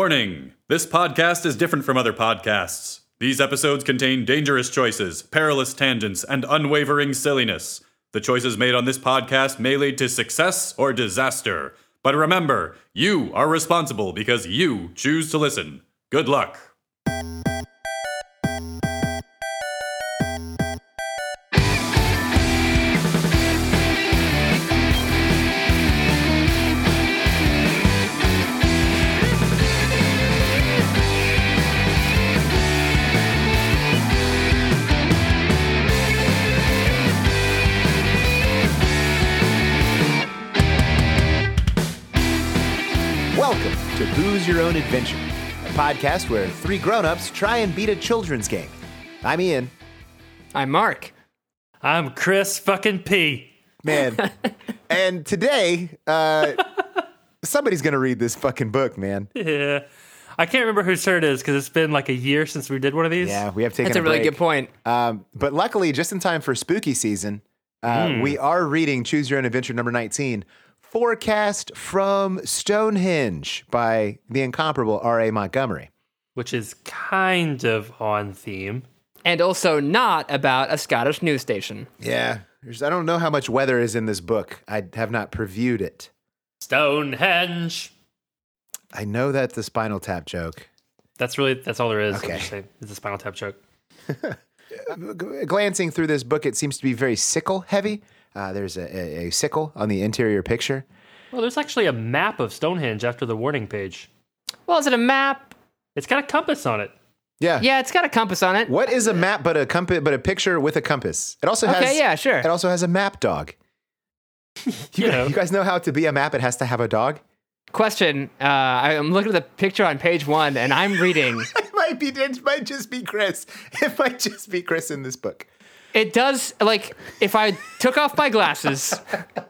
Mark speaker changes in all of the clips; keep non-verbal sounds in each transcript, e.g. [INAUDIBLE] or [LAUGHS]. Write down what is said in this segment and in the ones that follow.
Speaker 1: Warning this podcast is different from other podcasts. These episodes contain dangerous choices, perilous tangents, and unwavering silliness. The choices made on this podcast may lead to success or disaster. But remember, you are responsible because you choose to listen. Good luck.
Speaker 2: Welcome to Booze Your Own Adventure, a podcast where three grown-ups try and beat a children's game. I'm Ian.
Speaker 3: I'm Mark.
Speaker 4: I'm Chris fucking P. [LAUGHS]
Speaker 2: Man.
Speaker 3: [LAUGHS]
Speaker 2: and today, uh, somebody's gonna read this fucking book, man.
Speaker 4: Yeah. I can't remember whose turn it is because it's been like a year since we did one of these.
Speaker 2: Yeah, we have taken
Speaker 3: That's a really
Speaker 2: break.
Speaker 3: good point. Uh,
Speaker 2: Um, but luckily, just in time for spooky season, uh,
Speaker 3: Hmm.
Speaker 2: we are reading Choose Your Own Adventure number 19, Forecast from Stonehenge by the incomparable R.A. Montgomery.
Speaker 4: Which is kind of on theme.
Speaker 3: And also not about a Scottish news station.
Speaker 2: Yeah. There's, I don't know how much weather is in this book. I have not previewed it.
Speaker 4: Stonehenge.
Speaker 2: I know that's the Spinal Tap joke.
Speaker 4: That's really, that's all there is.
Speaker 2: Okay.
Speaker 4: Okay. It's a Spinal Tap joke.
Speaker 2: G- glancing through this book, it seems to be very sickle heavy. Uh, there's a, a, a sickle on the interior picture.
Speaker 4: Well, there's actually a map of Stonehenge after the warning page.
Speaker 3: Well, is it a map?
Speaker 4: It's got a compass on it.
Speaker 2: Yeah.
Speaker 3: Yeah, it's got a compass on it.
Speaker 2: What is a map but a compass but a picture with a compass? It also has
Speaker 3: Okay, yeah, sure.
Speaker 2: It also has a map dog. [LAUGHS] you,
Speaker 4: You
Speaker 2: guys,
Speaker 4: know.
Speaker 2: you guys know how to be a map? It has to have a dog. [LAUGHS]
Speaker 3: Question. Uh, I'm looking at the picture on page one, and I'm [LAUGHS] reading.
Speaker 2: It might be. It might just be Chris. [LAUGHS] It might just be Chris in this book.
Speaker 3: it does like if I took off my glasses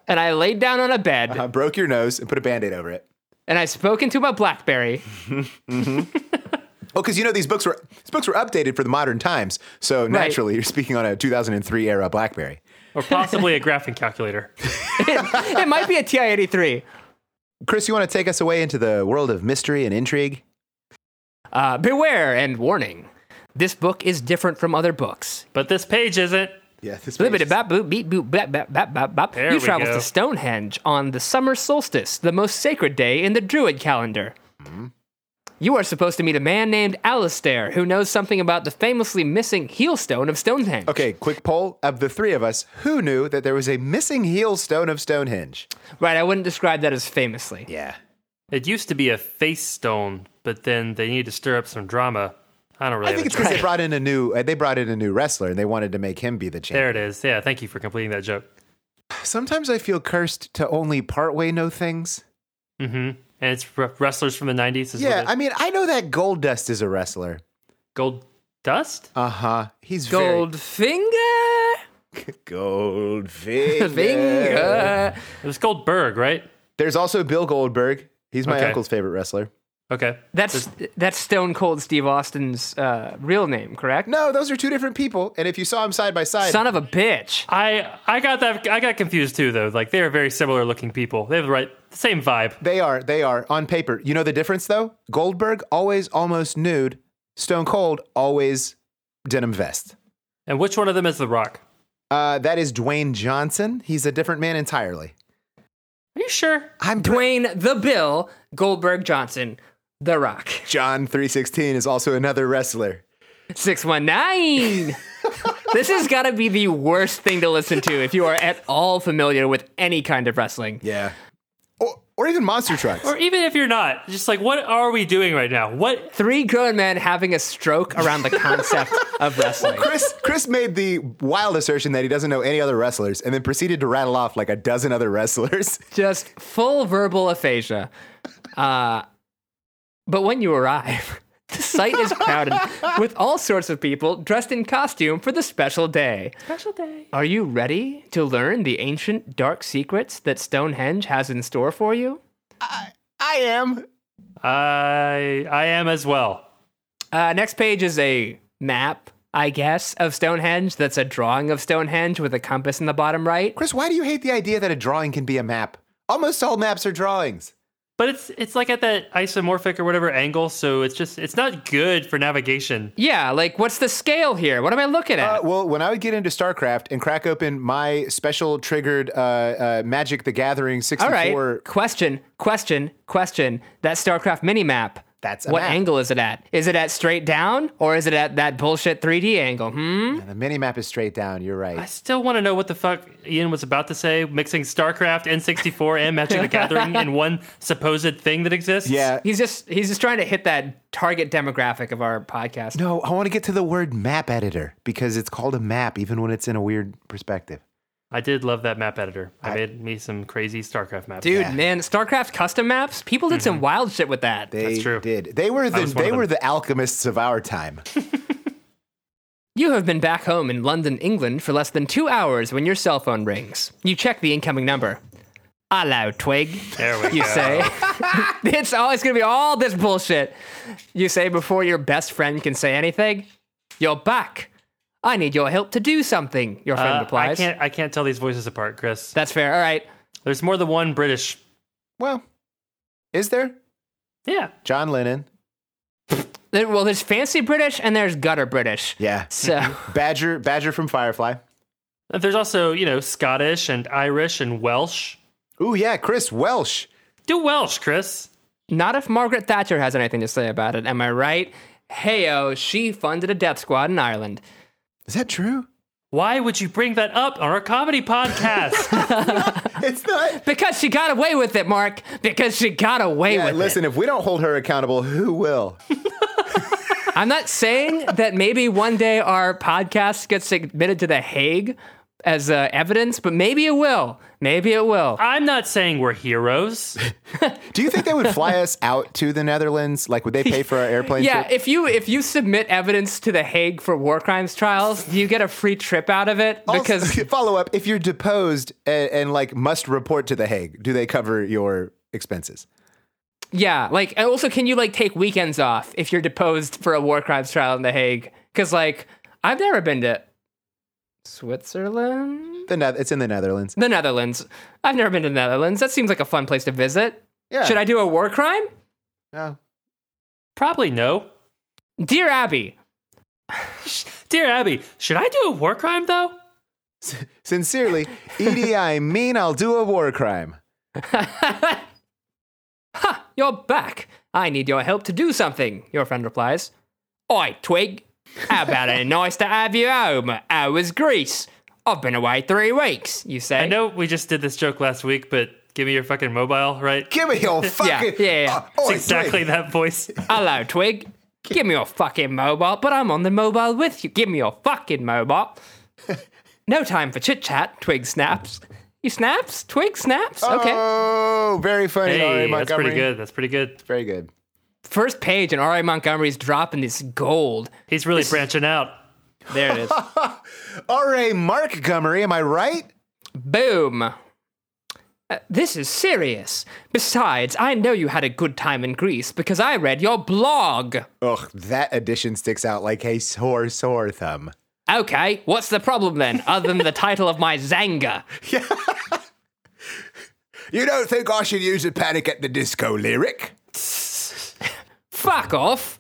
Speaker 3: and I laid down on a bed
Speaker 2: I broke your nose and put a band-aid over it.
Speaker 3: and I spoke into my [LAUGHS] BlackBerry.
Speaker 2: Oh, because you know these books were these books were updated for the modern times. So naturally, you're speaking on a 2003 era BlackBerry.
Speaker 4: Or possibly a graphing calculator.
Speaker 3: it might be a TI-83.
Speaker 2: Chris, you want to take us away into the world of mystery and intrigue?
Speaker 3: Uh, beware and warning. This book is different from other books.
Speaker 4: But this page isn't.
Speaker 2: Yeah, this
Speaker 3: Blibbity bap boop beep boop bap bap bap bap bap.
Speaker 4: There
Speaker 3: He
Speaker 4: we
Speaker 3: travels
Speaker 4: go.
Speaker 3: to Stonehenge on the summer solstice, the most sacred day in the Druid calendar.
Speaker 2: Mm-hmm.
Speaker 3: You are supposed to meet a man named Alistair who knows something about the famously missing heel stone of Stonehenge.
Speaker 2: Okay, quick poll of the three of us: Who knew that there was a missing heel stone of Stonehenge?
Speaker 3: Right, I wouldn't describe that as famously.
Speaker 2: Yeah,
Speaker 4: It used to be a face stone, but then they needed to stir up some drama. I don't really
Speaker 2: I
Speaker 4: have
Speaker 2: think
Speaker 4: a
Speaker 2: it's because
Speaker 4: clue.
Speaker 2: they brought in a new uh, they brought in a new wrestler and they wanted to make him be the
Speaker 4: There
Speaker 2: champion.
Speaker 4: it is. Yeah. Thank you for completing that joke.
Speaker 2: Sometimes I feel cursed to only partway know things.
Speaker 4: Mm hmm. And it's r- wrestlers from the 90s. Is
Speaker 2: Yeah,
Speaker 4: what it-
Speaker 2: I mean I know that Gold Dust is a wrestler.
Speaker 4: Gold dust?
Speaker 2: Uh huh. He's
Speaker 3: Goldfinger?
Speaker 2: very [LAUGHS] Gold finger.
Speaker 3: Finger.
Speaker 4: It was Goldberg, right?
Speaker 2: There's also Bill Goldberg. He's my
Speaker 4: Okay.
Speaker 2: uncle's favorite wrestler.
Speaker 4: Okay.
Speaker 3: That's that's Stone Cold Steve Austin's uh, real name, correct?
Speaker 2: No, those are two different people. And if you saw him side by side,
Speaker 3: Son of a bitch.
Speaker 4: I I got that I got confused too though. Like they are very similar looking people. They have the right the same vibe.
Speaker 2: They are. They are on paper. You know the difference though. Goldberg always almost nude. Stone Cold always denim vest.
Speaker 4: And which one of them is the Rock?
Speaker 2: Uh, that is Dwayne Johnson. He's a different man entirely.
Speaker 4: Are you sure?
Speaker 2: I'm Dwayne.
Speaker 3: Dwayne the Bill Goldberg Johnson, The Rock.
Speaker 2: John three sixteen is also another wrestler.
Speaker 3: 619. this has got to be the worst thing to listen to if you are at all familiar with any kind of wrestling.
Speaker 2: Yeah. Or, or even monster trucks.
Speaker 4: Or even if you're not, just like what are we doing right now? What
Speaker 3: Three grown men having a stroke around the concept of wrestling.
Speaker 2: Chris Chris made the wild assertion that he doesn't know any other wrestlers, and then proceeded to rattle off like a dozen other wrestlers.
Speaker 3: Just full verbal aphasia. Uh, but when you arrive, the site is crowded with all sorts of people dressed in costume for the special day.
Speaker 4: special day?
Speaker 3: Are you ready to learn the ancient dark secrets that Stonehenge has in store for you?
Speaker 2: [LAUGHS] I am.
Speaker 4: I I am as well.
Speaker 3: Uh, next page is a map, I guess, of Stonehenge. That's a drawing of Stonehenge with a compass in the bottom right.
Speaker 2: Chris, why do you hate the idea that a drawing can be a map? Almost all maps are drawings.
Speaker 4: But it's it's like at that isomorphic or whatever angle, so it's just it's not good for navigation.
Speaker 3: Yeah, like what's the scale here? What am I looking
Speaker 2: Uh,
Speaker 3: at?
Speaker 2: well, when I would get into StarCraft and crack open my special triggered uh, uh, Magic the Gathering
Speaker 3: All
Speaker 2: 64,
Speaker 3: right. Question, question, question. That StarCraft mini map.
Speaker 2: That's a
Speaker 3: what
Speaker 2: map.
Speaker 3: angle is it at? Is it at straight down or is it at that bullshit 3D angle? Hmm.
Speaker 2: the mini map is straight down. You're right.
Speaker 4: I still want to know what the fuck Ian was about to say, mixing StarCraft, N64, and Magic the Gathering in one supposed thing that exists.
Speaker 2: yeah.
Speaker 3: He's just he's just trying to hit that target demographic of our podcast.
Speaker 2: No, I want to get to the word map editor because it's called a map, even when it's in a weird perspective.
Speaker 4: I did love that map editor. I, made me some crazy StarCraft maps.
Speaker 3: Dude,
Speaker 2: Yeah. Mm-hmm.
Speaker 3: man, StarCraft custom maps, people did some wild shit with that.
Speaker 2: They
Speaker 4: That's true.
Speaker 2: did. They were the
Speaker 4: was one
Speaker 2: they
Speaker 4: of
Speaker 2: were the alchemists of our
Speaker 3: [LAUGHS]
Speaker 2: time.
Speaker 3: You have been back home in London, England for less than two hours when your cell phone rings. You check the incoming number. Hello, Twig,
Speaker 4: There we
Speaker 3: you
Speaker 4: go.
Speaker 3: say. [LAUGHS] it's always going to be all this bullshit. You say before your best friend can say anything, You're back. I need your help to do something, your friend
Speaker 4: Uh, I
Speaker 3: replies.
Speaker 4: can't I can't tell these voices apart, Chris.
Speaker 3: That's fair. All right.
Speaker 4: There's more than one British.
Speaker 2: well, is there
Speaker 4: Yeah.
Speaker 2: John Lennon?
Speaker 3: There- Well, there's fancy British and there's gutter British.
Speaker 2: Yeah,
Speaker 4: [LAUGHS]
Speaker 3: So.
Speaker 2: Badger Badger from Firefly.
Speaker 4: There's also, you know, Scottish and Irish and Welsh.
Speaker 2: Ooh yeah, Chris Welsh.
Speaker 4: Do Welsh, Chris.
Speaker 3: Not if Margaret Thatcher has anything to say about it, am I right? Heyo, she funded a death squad in Ireland.
Speaker 2: Is that true?
Speaker 4: Why would you bring that up on our comedy
Speaker 3: [LAUGHS]
Speaker 4: podcast?
Speaker 2: It's not.
Speaker 3: Because she got away with it, Mark. Because she got away
Speaker 2: Yeah,
Speaker 3: with
Speaker 2: listen,
Speaker 3: it.
Speaker 2: if we don't hold her accountable, who will?
Speaker 3: I'm
Speaker 2: [LAUGHS]
Speaker 3: not saying that maybe one day our podcast gets submitted to The Hague as uh, evidence, but maybe it will. Maybe it will.
Speaker 4: I'm not saying we're heroes.
Speaker 2: Do you think they would
Speaker 3: [LAUGHS]
Speaker 2: fly us out to the Netherlands? Like, would they pay for our airplane
Speaker 3: Yeah,
Speaker 2: trip?
Speaker 3: if you if you submit evidence to The Hague for war crimes trials, do you get a free trip out of it?
Speaker 2: Also-
Speaker 3: Because
Speaker 2: [LAUGHS] follow up, if you're deposed and, and like must report to the Hague, do they cover your expenses?
Speaker 3: Yeah, like and also, can you like take weekends off if you're deposed for a war crimes trial in The Hague? Because like I've never been to Switzerland,
Speaker 2: The Neth- it's in the Netherlands.
Speaker 3: the Netherlands. I've never been to the Netherlands. That seems like a fun place to visit.
Speaker 2: Yeah.
Speaker 3: Should I do a war crime?
Speaker 2: No.
Speaker 4: Probably no.
Speaker 3: Dear Abby,
Speaker 4: Dear Abby, should I do a war crime though?
Speaker 2: Sincerely, Edie, I mean, I'll do a war crime.
Speaker 3: you're back. I need your help to do something. Your friend replies. Oi, Twig. How about it? [LAUGHS] Nice to have you home. How was Greece? I've been away three weeks. You say.
Speaker 4: I know we just did this joke last week, but give me your fucking mobile, right?
Speaker 2: Give me your fucking.
Speaker 3: [LAUGHS] yeah, yeah.
Speaker 2: Oh,
Speaker 4: It's
Speaker 2: oi,
Speaker 4: exactly
Speaker 2: Twig.
Speaker 4: that
Speaker 2: [LAUGHS]
Speaker 4: voice.
Speaker 3: Hello, Twig. Give me your fucking mobile, but I'm on the mobile with you. Give me your fucking
Speaker 4: [LAUGHS]
Speaker 3: mobile. No time for chit chat, Twig snaps. You snaps? Twig snaps?
Speaker 4: Uh,
Speaker 3: Okay.
Speaker 2: Oh, very funny.
Speaker 4: Hey,
Speaker 2: Ari
Speaker 4: that's pretty
Speaker 2: Montgomery.
Speaker 4: good. That's pretty good.
Speaker 2: Very good.
Speaker 3: First page, and R.A. Montgomery's dropping this gold.
Speaker 4: He's really branching out.
Speaker 3: There it is.
Speaker 2: R.A. Montgomery, am I right?
Speaker 3: Boom. Uh, this is serious. Besides, I know you had a good time in Greece because I read your blog.
Speaker 2: Ugh, that addition sticks out like a sore, sore thumb.
Speaker 3: Okay, what's the problem then, other than the title of my Zanga?
Speaker 2: You don't think I should use a panic at the disco lyric?
Speaker 3: Fuck off.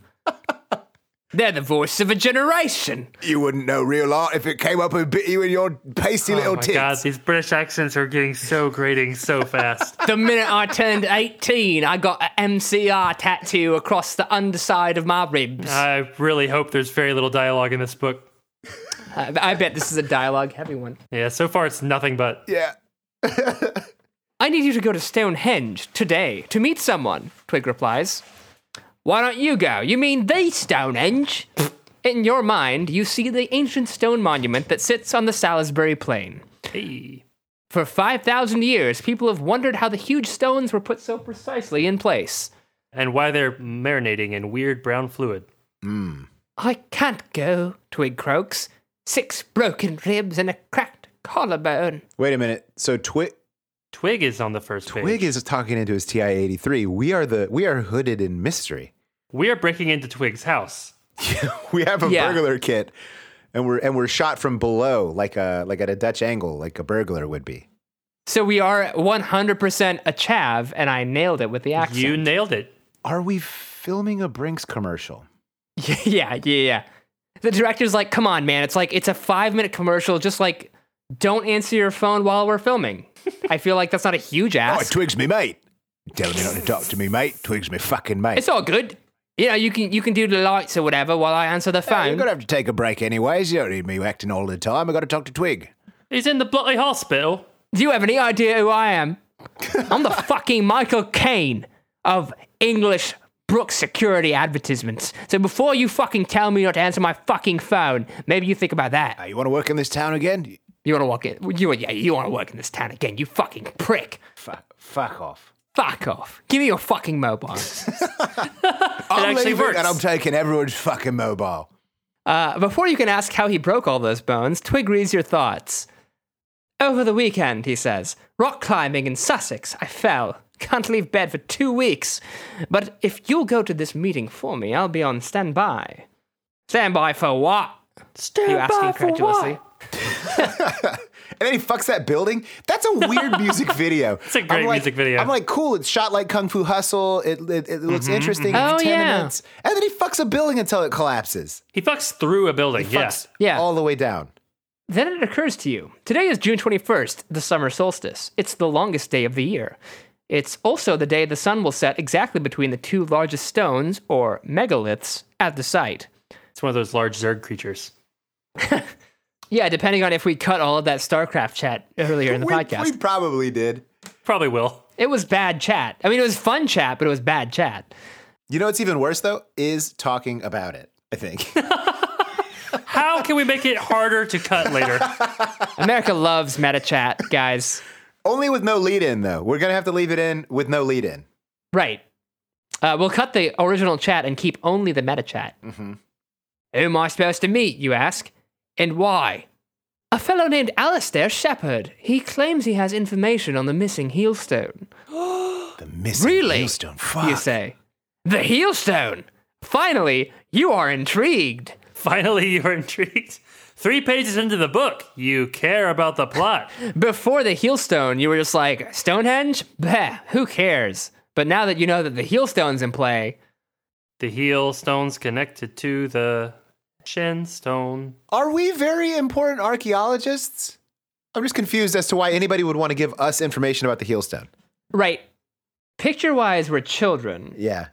Speaker 3: They're the voice of a generation.
Speaker 2: You wouldn't know real art if it came up and bit you in your pasty
Speaker 4: Oh
Speaker 2: little
Speaker 4: my
Speaker 2: tits.
Speaker 4: god, these British accents are getting so
Speaker 2: [LAUGHS]
Speaker 4: grating so fast.
Speaker 3: The minute I turned 18, I got an MCR tattoo across the underside of my ribs.
Speaker 4: I really hope there's very little dialogue in this book.
Speaker 3: I, I bet this is a dialogue heavy one.
Speaker 4: Yeah, so far it's nothing but
Speaker 2: Yeah.
Speaker 3: I need you to go to Stonehenge today to meet someone, Twig replies. Why don't you go? You mean the Stonehenge? In your mind, you see the ancient stone monument that sits on the Salisbury Plain.
Speaker 4: hey.
Speaker 3: For 5,000 years, people have wondered how the huge stones were put so precisely in place.
Speaker 4: And why they're marinating in weird brown fluid.
Speaker 3: I can't go, Twig croaks. Six broken ribs and a cracked collarbone.
Speaker 2: Wait a minute. So Twig
Speaker 4: Twig is on the first
Speaker 2: Twig
Speaker 4: page.
Speaker 2: is talking into his TI eighty three. We are the we are hooded in mystery. [LAUGHS]
Speaker 4: We are breaking into Twig's house.
Speaker 2: We have a
Speaker 3: Yeah.
Speaker 2: burglar kit, and we're and we're shot from below like a like at a Dutch angle, like a burglar would be.
Speaker 3: So we are 100% a chav, and I nailed it with the accent.
Speaker 4: You nailed it.
Speaker 2: Are we filming a Brinks commercial?
Speaker 3: yeah, [LAUGHS] yeah, yeah, yeah. The director's like, come on, man. It's like, it's a five minute commercial. Just like, don't answer your phone while we're filming. I feel like that's not a huge
Speaker 2: Oh, it
Speaker 3: ask.
Speaker 2: twigs me, mate. Telling me not to talk to me, mate. Twigs me, fucking mate.
Speaker 3: it's all good. You know, you can you can do the lights or whatever while I answer the
Speaker 2: I'm
Speaker 3: phone.
Speaker 2: gonna have to take a break, anyways. You don't need me acting all the time. I got to talk to Twig.
Speaker 4: He's in the bloody hospital.
Speaker 3: Do you have any idea who I am? I'm the fucking Michael Caine of English Brooks security advertisements. So before you fucking tell me not to answer my fucking phone, maybe you think about that.
Speaker 2: Hey, you want to work in this town again?
Speaker 3: You want to work in you yeah, you want to work in this town again, you fucking prick.
Speaker 2: Fuck, fuck off.
Speaker 3: Fuck off. Give me your fucking mobile.
Speaker 2: I'm
Speaker 4: actually
Speaker 2: leaving
Speaker 4: works.
Speaker 2: and I'm taking everyone's fucking mobile.
Speaker 3: Uh, before you can ask how he broke all those bones, Twig reads your thoughts. Over the weekend, he says, rock climbing in Sussex, I fell. Can't leave bed for two weeks. But if you'll go to this meeting for me, I'll be on standby. Standby for what?
Speaker 4: Stand
Speaker 3: You ask incredulously.
Speaker 2: And then he fucks that building. That's a weird
Speaker 4: [LAUGHS]
Speaker 2: music video. It's
Speaker 4: a great music video. Mm-hmm,
Speaker 2: I'm like, cool. It's shot like Kung Fu Hustle. It, it, it looks interesting.
Speaker 3: mhm.
Speaker 2: It's
Speaker 3: Oh,
Speaker 2: 10
Speaker 3: yeah.
Speaker 2: minutes. And then he fucks a building until it collapses
Speaker 4: He fucks through a building. Yes.
Speaker 3: Yeah.
Speaker 2: all the way down.
Speaker 3: Then it occurs to you. Today is June 21st, the summer solstice. It's the longest day of the year. It's also the day the sun will set exactly between the two largest stones, or megaliths, at the site.
Speaker 4: It's one of those large Zerg creatures.
Speaker 3: Yeah, depending on if we cut all of that StarCraft chat earlier
Speaker 2: [LAUGHS]
Speaker 3: in the
Speaker 2: we,
Speaker 3: podcast.
Speaker 2: we probably did.
Speaker 4: Probably will.
Speaker 3: It was bad chat. I mean, it was fun chat, but it was bad chat.
Speaker 2: You know what's even worse, though, is talking about it, I think.
Speaker 4: How can we make it harder to cut later? [LAUGHS]
Speaker 3: America [LAUGHS] loves meta chat, guys.
Speaker 2: Only with no lead in, though. We're going to have to leave it in with no lead in.
Speaker 3: Right. Uh, we'll cut the original chat and keep only the meta chat.
Speaker 2: Mm-hmm.
Speaker 3: Who am I supposed to meet, you ask? And why? A fellow named Alistair Shepherd. He claims he has information on the missing Heelstone.
Speaker 2: The missing
Speaker 3: Really?
Speaker 2: Millstone. Fuck.
Speaker 3: You say, The Heelstone! Finally, you are intrigued.
Speaker 4: Finally, you're intrigued. Three pages into the book, you care about the plot.
Speaker 3: Before the Heelstone, you were just like, Stonehenge? Bah, who cares? But now that you know that the Heelstone's in play,
Speaker 4: The heel stone's connected to the shin stone.
Speaker 2: Are we very important archaeologists? I'm just confused as to why anybody would want to give us information about the Heelstone.
Speaker 3: right, picture wise, we're children.
Speaker 2: Yeah.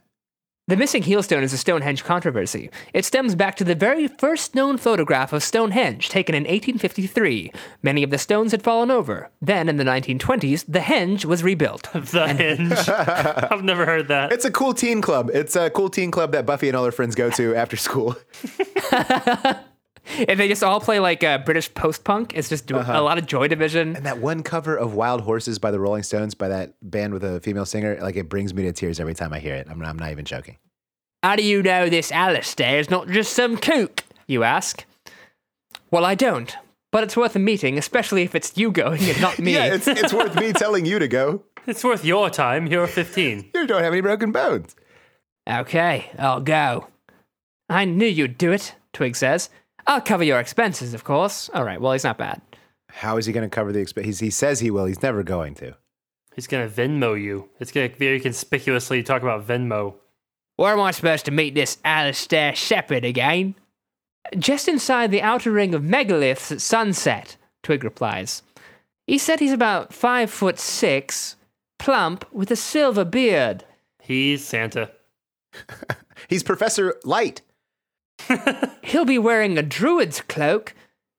Speaker 3: The missing Heelstone is a Stonehenge controversy. It stems back to the very first known photograph of Stonehenge taken in 1853. Many of the stones had fallen over. Then, in the 1920s, the henge
Speaker 2: [LAUGHS]
Speaker 3: was rebuilt.
Speaker 4: The hinge. I've never heard that.
Speaker 2: It's a cool teen club. It's a cool teen club that Buffy and all her friends go [LAUGHS] to after school.
Speaker 3: and they just all play like uh, British post punk. It's just
Speaker 2: Uh-huh.
Speaker 3: a lot of Joy Division.
Speaker 2: And that one cover of Wild Horses by the Rolling Stones by that band with a female singer, like it brings me to tears every time I hear it. I'm, I'm not even joking.
Speaker 3: How do you know this Alistair is not just some kook? You ask. Well, I don't. But it's worth a meeting, especially if it's you going
Speaker 2: [LAUGHS]
Speaker 3: and not me.
Speaker 2: Yeah, it's, it's worth me telling you to go.
Speaker 4: It's worth your time. You're 15.
Speaker 2: You don't have any broken bones.
Speaker 3: Okay, I'll go. I knew you'd do it, Twig says. I'll cover your expenses, of course. All right, well, he's not bad.
Speaker 2: How is he going to cover the expense? He says he will. He's never going to.
Speaker 4: He's going to Venmo you. It's going to very conspicuously talk about Venmo.
Speaker 3: Where am I supposed to meet this Alistair Shepherd again? Just inside the outer ring of megaliths at sunset, Twig replies. He said he's about five foot six, plump, with a silver beard.
Speaker 4: He's Santa.
Speaker 2: He's Professor Light.
Speaker 3: He'll be wearing a druid's cloak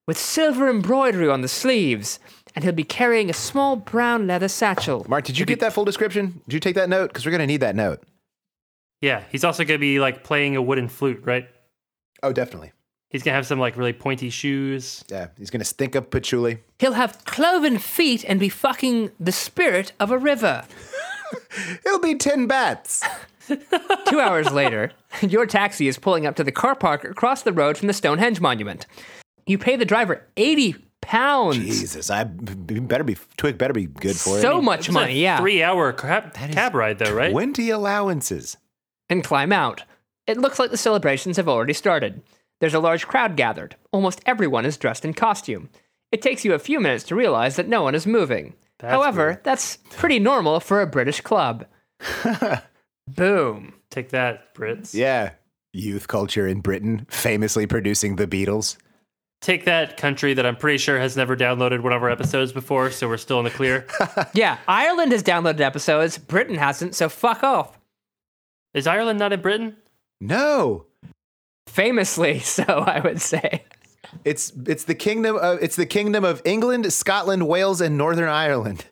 Speaker 3: with silver embroidery on the sleeves, and he'll be carrying a small brown leather satchel.
Speaker 2: Mark, did you get that full description? Did you take that note? Because we're going to need that note.
Speaker 4: Yeah, he's also going to be like playing a wooden flute, right?
Speaker 2: Oh, definitely.
Speaker 4: He's going to have some like really pointy shoes.
Speaker 2: Yeah, he's going to stink up patchouli.
Speaker 3: He'll have cloven feet and be fucking the spirit of a river.
Speaker 2: It'll be 10 bats.
Speaker 3: [LAUGHS] Two hours later, your taxi is pulling up to the car park across the road from the Stonehenge Monument. You pay the driver 80
Speaker 2: [LAUGHS]
Speaker 3: pounds.
Speaker 2: Jesus, I b- better be, Twig better be good for it.
Speaker 3: so much
Speaker 4: It's a
Speaker 3: money, yeah.
Speaker 4: Three hour cab, cab ride, though, right?
Speaker 2: 20 allowances.
Speaker 3: and climb out. It looks like the celebrations have already started. There's a large crowd gathered. Almost everyone is dressed in costume. It takes you a few minutes to realize that no one is moving.
Speaker 4: That's
Speaker 3: However,
Speaker 4: weird.
Speaker 3: that's pretty normal for a British
Speaker 4: [LAUGHS]
Speaker 3: club. Boom.
Speaker 4: take that, Brits.
Speaker 2: Yeah. Youth culture in Britain, famously producing the Beatles.
Speaker 4: Take that, country that I'm pretty sure has never downloaded one of our episodes before, so we're still in the clear.
Speaker 3: Yeah, Ireland has downloaded episodes, Britain hasn't, so fuck off.
Speaker 4: Is Ireland not in Britain?
Speaker 2: No.
Speaker 3: Famously, [LAUGHS] so I would say.
Speaker 2: It's it's the kingdom of it's the kingdom of England, Scotland, Wales, and Northern Ireland.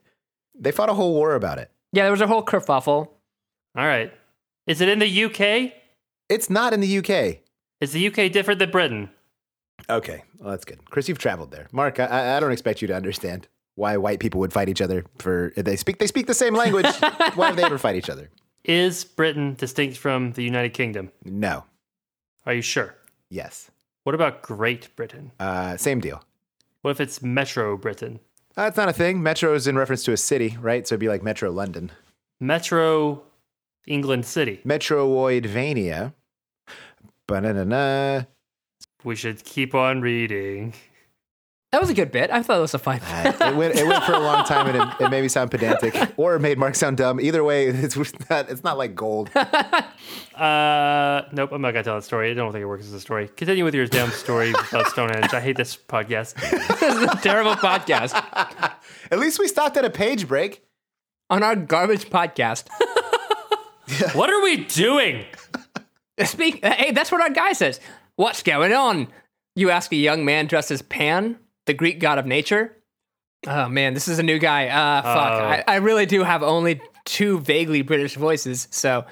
Speaker 2: They fought a whole war about it.
Speaker 3: Yeah, there was a whole kerfuffle.
Speaker 4: All right. Is it in the UK?
Speaker 2: It's not in the UK.
Speaker 4: Is the UK different than Britain?
Speaker 2: Okay, well that's good. Chris, you've traveled there. Mark, I- I, I don't expect you to understand why white people would fight each other for they speak they speak the same language. why would they ever fight each other?
Speaker 4: Is Britain distinct from the United Kingdom?
Speaker 2: No.
Speaker 4: Are you sure?
Speaker 2: Yes.
Speaker 4: What about Great Britain?
Speaker 2: Uh, same deal.
Speaker 4: What if it's Metro Britain?
Speaker 2: That's not a thing. Metro is in reference to a city, right? So it'd be like Metro London.
Speaker 4: Metro England City.
Speaker 2: Metroidvania. Ba-na-na-na.
Speaker 4: We should keep on reading.
Speaker 3: That was a good bit. I thought it was a fine [LAUGHS]
Speaker 2: Uh, it, went, it went for a long time and it, it made me sound pedantic or it made Mark sound dumb. Either way, [LAUGHS] it's not, it's not like gold.
Speaker 4: Uh, nope, I'm not gonna tell that story. I don't think it works as a story. Continue with your damn story about Stonehenge. I hate this podcast.
Speaker 3: this is a terrible podcast.
Speaker 2: At least we stopped at a page break.
Speaker 3: On our garbage podcast.
Speaker 4: What are we doing?
Speaker 3: Speak. Hey, that's what our guy says. What's going on? You ask a young man dressed as Pan, the Greek god of nature. Oh man, this is a new guy. Uh, fuck.
Speaker 4: Oh.
Speaker 3: I, I really do have only two vaguely British voices, so.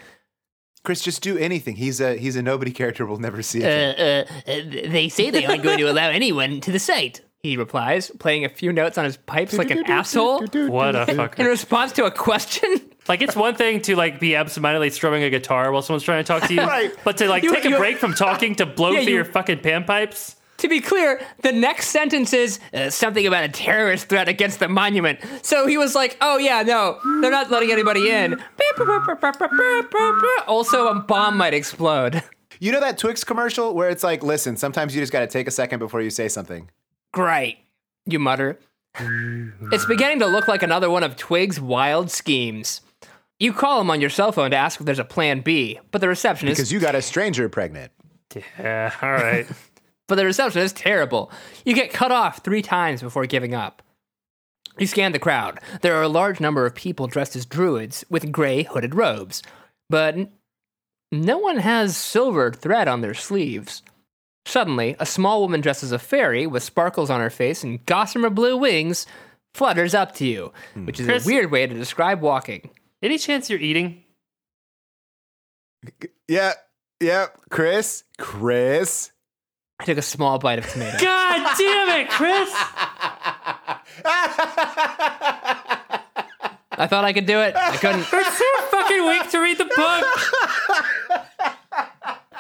Speaker 2: Chris, just do anything. He's a he's a nobody character we'll never see. again.
Speaker 3: uh, they say they aren't going to allow anyone to the site. He replies, playing a few notes on his pipes like an asshole
Speaker 4: What a
Speaker 3: in [LAUGHS]
Speaker 4: fucker.
Speaker 3: response to a question. [LAUGHS]
Speaker 4: Like it's one thing to like be absentmindedly strumming a guitar while someone's trying to talk to you,
Speaker 2: Right.
Speaker 4: but to like
Speaker 3: You-
Speaker 4: take a
Speaker 3: you-
Speaker 4: break from talking to blow
Speaker 3: Yeah,
Speaker 4: through
Speaker 3: you-
Speaker 4: your fucking panpipes.
Speaker 3: To be clear, the next sentence is uh, something about a terrorist threat against the monument. So he was like, "Oh yeah, no, they're not letting anybody in." Also, a bomb might explode.
Speaker 2: You know that Twix commercial where it's like, listen, sometimes you just got to take a second before you say something.
Speaker 3: Great, you mutter. It's beginning to look like another one of Twig's wild schemes. You call him on your cell phone to ask if there's a plan B, but the receptionist
Speaker 2: Because you got a stranger pregnant.
Speaker 4: Yeah,
Speaker 3: [LAUGHS]
Speaker 4: all right.
Speaker 3: but the reception is terrible. You get cut off three times before giving up. You scan the crowd. There are a large number of people dressed as druids with gray hooded robes, but n- no one has silver thread on their sleeves. Suddenly, a small woman dressed as a fairy with sparkles on her face and gossamer blue wings flutters up to you, which is
Speaker 4: Chris-
Speaker 3: a weird way to describe walking.
Speaker 4: Any chance you're eating?
Speaker 2: Yeah. Yeah. Chris. Chris.
Speaker 3: I took a small bite of tomato.
Speaker 4: [LAUGHS] God damn it, Chris!
Speaker 3: I thought I could do it. I couldn't.
Speaker 4: It's so fucking weak to read the book.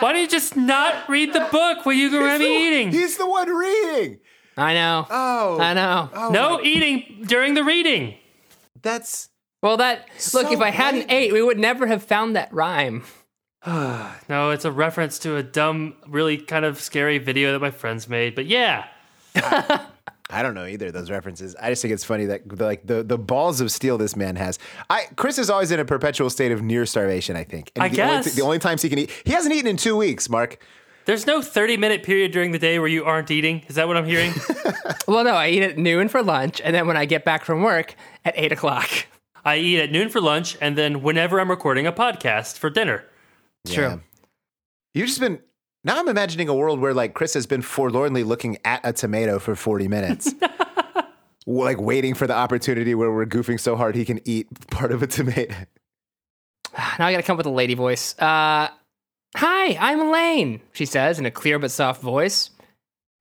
Speaker 4: Why don't you just not read the book when you go around me eating?
Speaker 2: He's the one reading.
Speaker 3: I know.
Speaker 2: Oh.
Speaker 3: I know.
Speaker 4: No eating during the reading.
Speaker 2: That's
Speaker 3: Well, that look.
Speaker 2: So
Speaker 3: If I hadn't
Speaker 2: blatant.
Speaker 3: ate, we would never have found that rhyme.
Speaker 4: No, it's a reference to a dumb, really kind of scary video that my friends made. But yeah,
Speaker 2: I don't know either of those references. I just think it's funny that like the, the balls of steel this man has. I Chris is always in a perpetual state of near starvation. I think. And
Speaker 4: I
Speaker 2: the Only
Speaker 4: guess.
Speaker 2: the only times he can eat, he hasn't eaten in two weeks. Mark.
Speaker 4: there's no 30 minute period during the day where you aren't eating. Is that what
Speaker 3: [LAUGHS]
Speaker 4: I'm hearing?
Speaker 3: Well, no, I eat at noon for lunch, and then when I get back from work at eight o'clock. [SIGHS]
Speaker 4: I eat at noon for lunch and then whenever I'm recording a podcast for dinner.
Speaker 3: True.
Speaker 2: You've just been. Now I'm imagining a world where like Chris has been forlornly looking at a tomato for 40 minutes. like waiting for the opportunity where we're goofing so hard he can eat part of a tomato.
Speaker 3: Now I gotta come up with a lady voice. Uh, hi, I'm Elaine. She says in a clear but soft voice.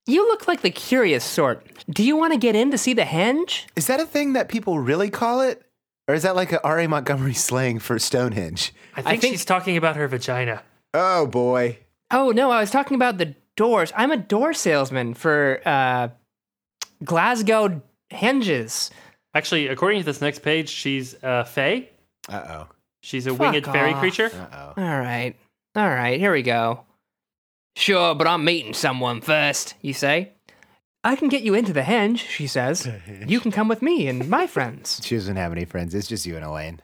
Speaker 3: You look like the curious sort. Do you want to get in to see the henge?
Speaker 2: Is that a thing that people really call it? Or is that like a R.A. Montgomery slang for Stonehenge?
Speaker 4: I think,
Speaker 3: think-
Speaker 4: she's talking about her vagina.
Speaker 2: Oh boy.
Speaker 3: Oh no, I was talking about the doors. I'm a door salesman for uh, Glasgow hinges.
Speaker 4: Actually, according to this next page, she's uh, Fae.
Speaker 2: Uh
Speaker 4: She's a
Speaker 3: Fuck
Speaker 4: winged fairy
Speaker 3: off.
Speaker 4: creature.
Speaker 2: oh. Uh oh.
Speaker 3: All right. All right, here we go. Sure, but I'm meeting someone first, you say. I can get you into the henge, she says. You can come with me and my friends.
Speaker 2: She doesn't have any friends. It's just you and Elaine.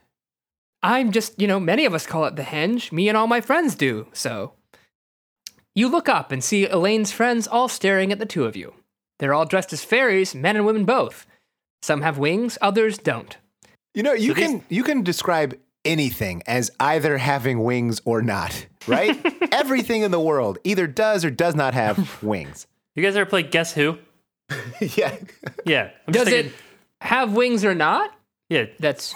Speaker 3: I'm just, you know, many of us call it the henge. Me and all my friends do, so. You look up and see Elaine's friends all staring at the two of you. They're all dressed as fairies, men and women both. Some have wings, others don't.
Speaker 2: You know, you
Speaker 4: these-
Speaker 2: can you can describe anything as either having wings or not, right? Everything in the world either does or does not have wings.
Speaker 4: You guys ever play Guess Who?
Speaker 2: [LAUGHS] yeah.
Speaker 4: Yeah. I'm just
Speaker 3: Does it
Speaker 4: thinking-
Speaker 3: have wings or not?
Speaker 4: Yeah. [LAUGHS]
Speaker 3: That's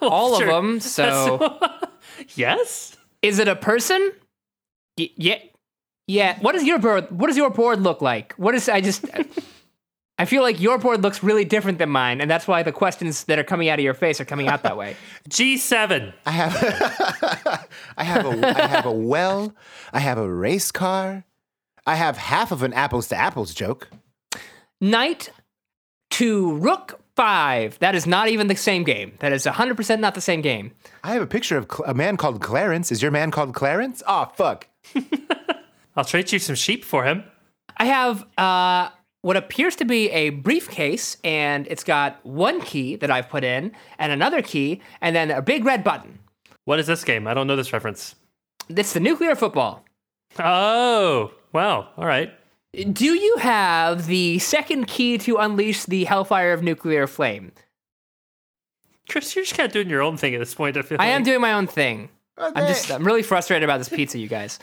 Speaker 3: all
Speaker 4: sure.
Speaker 3: of them. So,
Speaker 4: Yes.
Speaker 3: is it a person? Y- yeah, yeah. What is your board? What does your board look like? What is? I just, I feel like your board looks really different than mine, and that's why the questions that are coming out of your face are coming out that way.
Speaker 4: G7.
Speaker 2: I have [LAUGHS] I have a I have a well, I have a race car. I have half of an apples to apples joke.
Speaker 3: Knight to rook five. That is not even the same game. That is hundred percent not the same game.
Speaker 2: I have a picture of Cl- a man called Clarence. Is your man called Clarence? Ah, fuck.
Speaker 4: I'll trade you some sheep for him.
Speaker 3: I have uh, what appears to be a briefcase, and it's got one key that I've put in, and another key, and then a big red button.
Speaker 4: What is this game? I don't know this reference.
Speaker 3: It's the nuclear football.
Speaker 4: Oh, wow. All right.
Speaker 3: Do you have the second key to unleash the hellfire of nuclear flame?
Speaker 4: Chris, you're just kind of doing your own thing at this point. I feel
Speaker 3: I am
Speaker 4: like.
Speaker 3: doing my own thing. I'm just
Speaker 2: uh,
Speaker 3: I'm really frustrated about this pizza, you guys.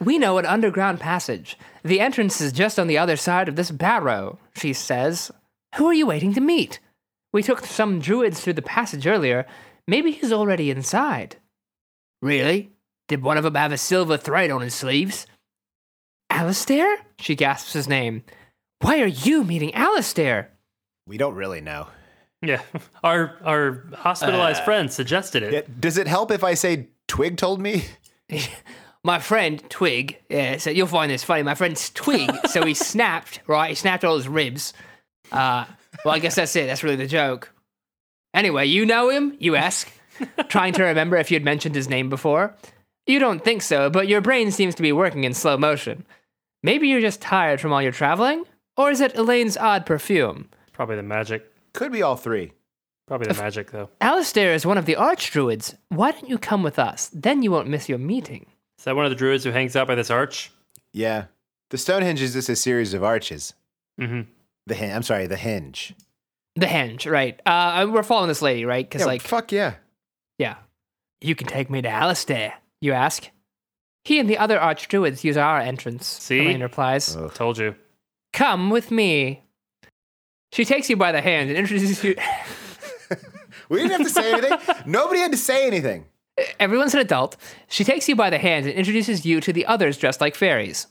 Speaker 3: we know an underground passage. The entrance is just on the other side of this barrow, she says. Who are you waiting to meet? We took some druids through the passage earlier. Maybe he's already inside. Really? Did one of 'em have a silver thread on his sleeves? Alistair? She gasps his name. Why are you meeting Alistair?
Speaker 2: We don't really know.
Speaker 4: Yeah. [LAUGHS] Our our
Speaker 3: Uh,
Speaker 4: hospitalized friend suggested it.
Speaker 2: Yeah, Does it help if I say Twig told me? [LAUGHS]
Speaker 3: my friend Twig, yeah, so you'll find this funny. My friend's Twig, so he snapped, right? He snapped all his ribs. Uh, well, I guess that's it. That's really the joke. Anyway, you know him, you ask, trying to remember if you'd mentioned his name before. You don't think so, but your brain seems to be working in slow motion. Maybe you're just tired from all your traveling? Or is it Elaine's odd perfume?
Speaker 4: Probably the magic.
Speaker 2: Could be all three.
Speaker 4: Probably the magic, though.
Speaker 3: Alistair is one of the archdruids. Why don't you come with us? Then you won't miss your meeting.
Speaker 4: Is that one of the druids who hangs out by this arch?
Speaker 2: Yeah. The Stonehenge is just a series of arches.
Speaker 4: Mm-hmm.
Speaker 2: The hinge. I'm sorry, the hinge.
Speaker 3: The henge, right? Uh, we're following this lady, right? Because
Speaker 2: Yeah,
Speaker 3: like,
Speaker 2: fuck yeah.
Speaker 3: yeah, you can take me to Alistair. You ask. He and the other archdruids use our entrance.
Speaker 4: See?
Speaker 3: Elaine replies.
Speaker 2: Oh.
Speaker 4: Told you.
Speaker 3: Come with me. She takes you by the hand and introduces you. [LAUGHS]
Speaker 2: We didn't have to say [LAUGHS] anything. Nobody had to say anything.
Speaker 3: Everyone's an adult. She takes you by the hand and introduces you to the others dressed like fairies.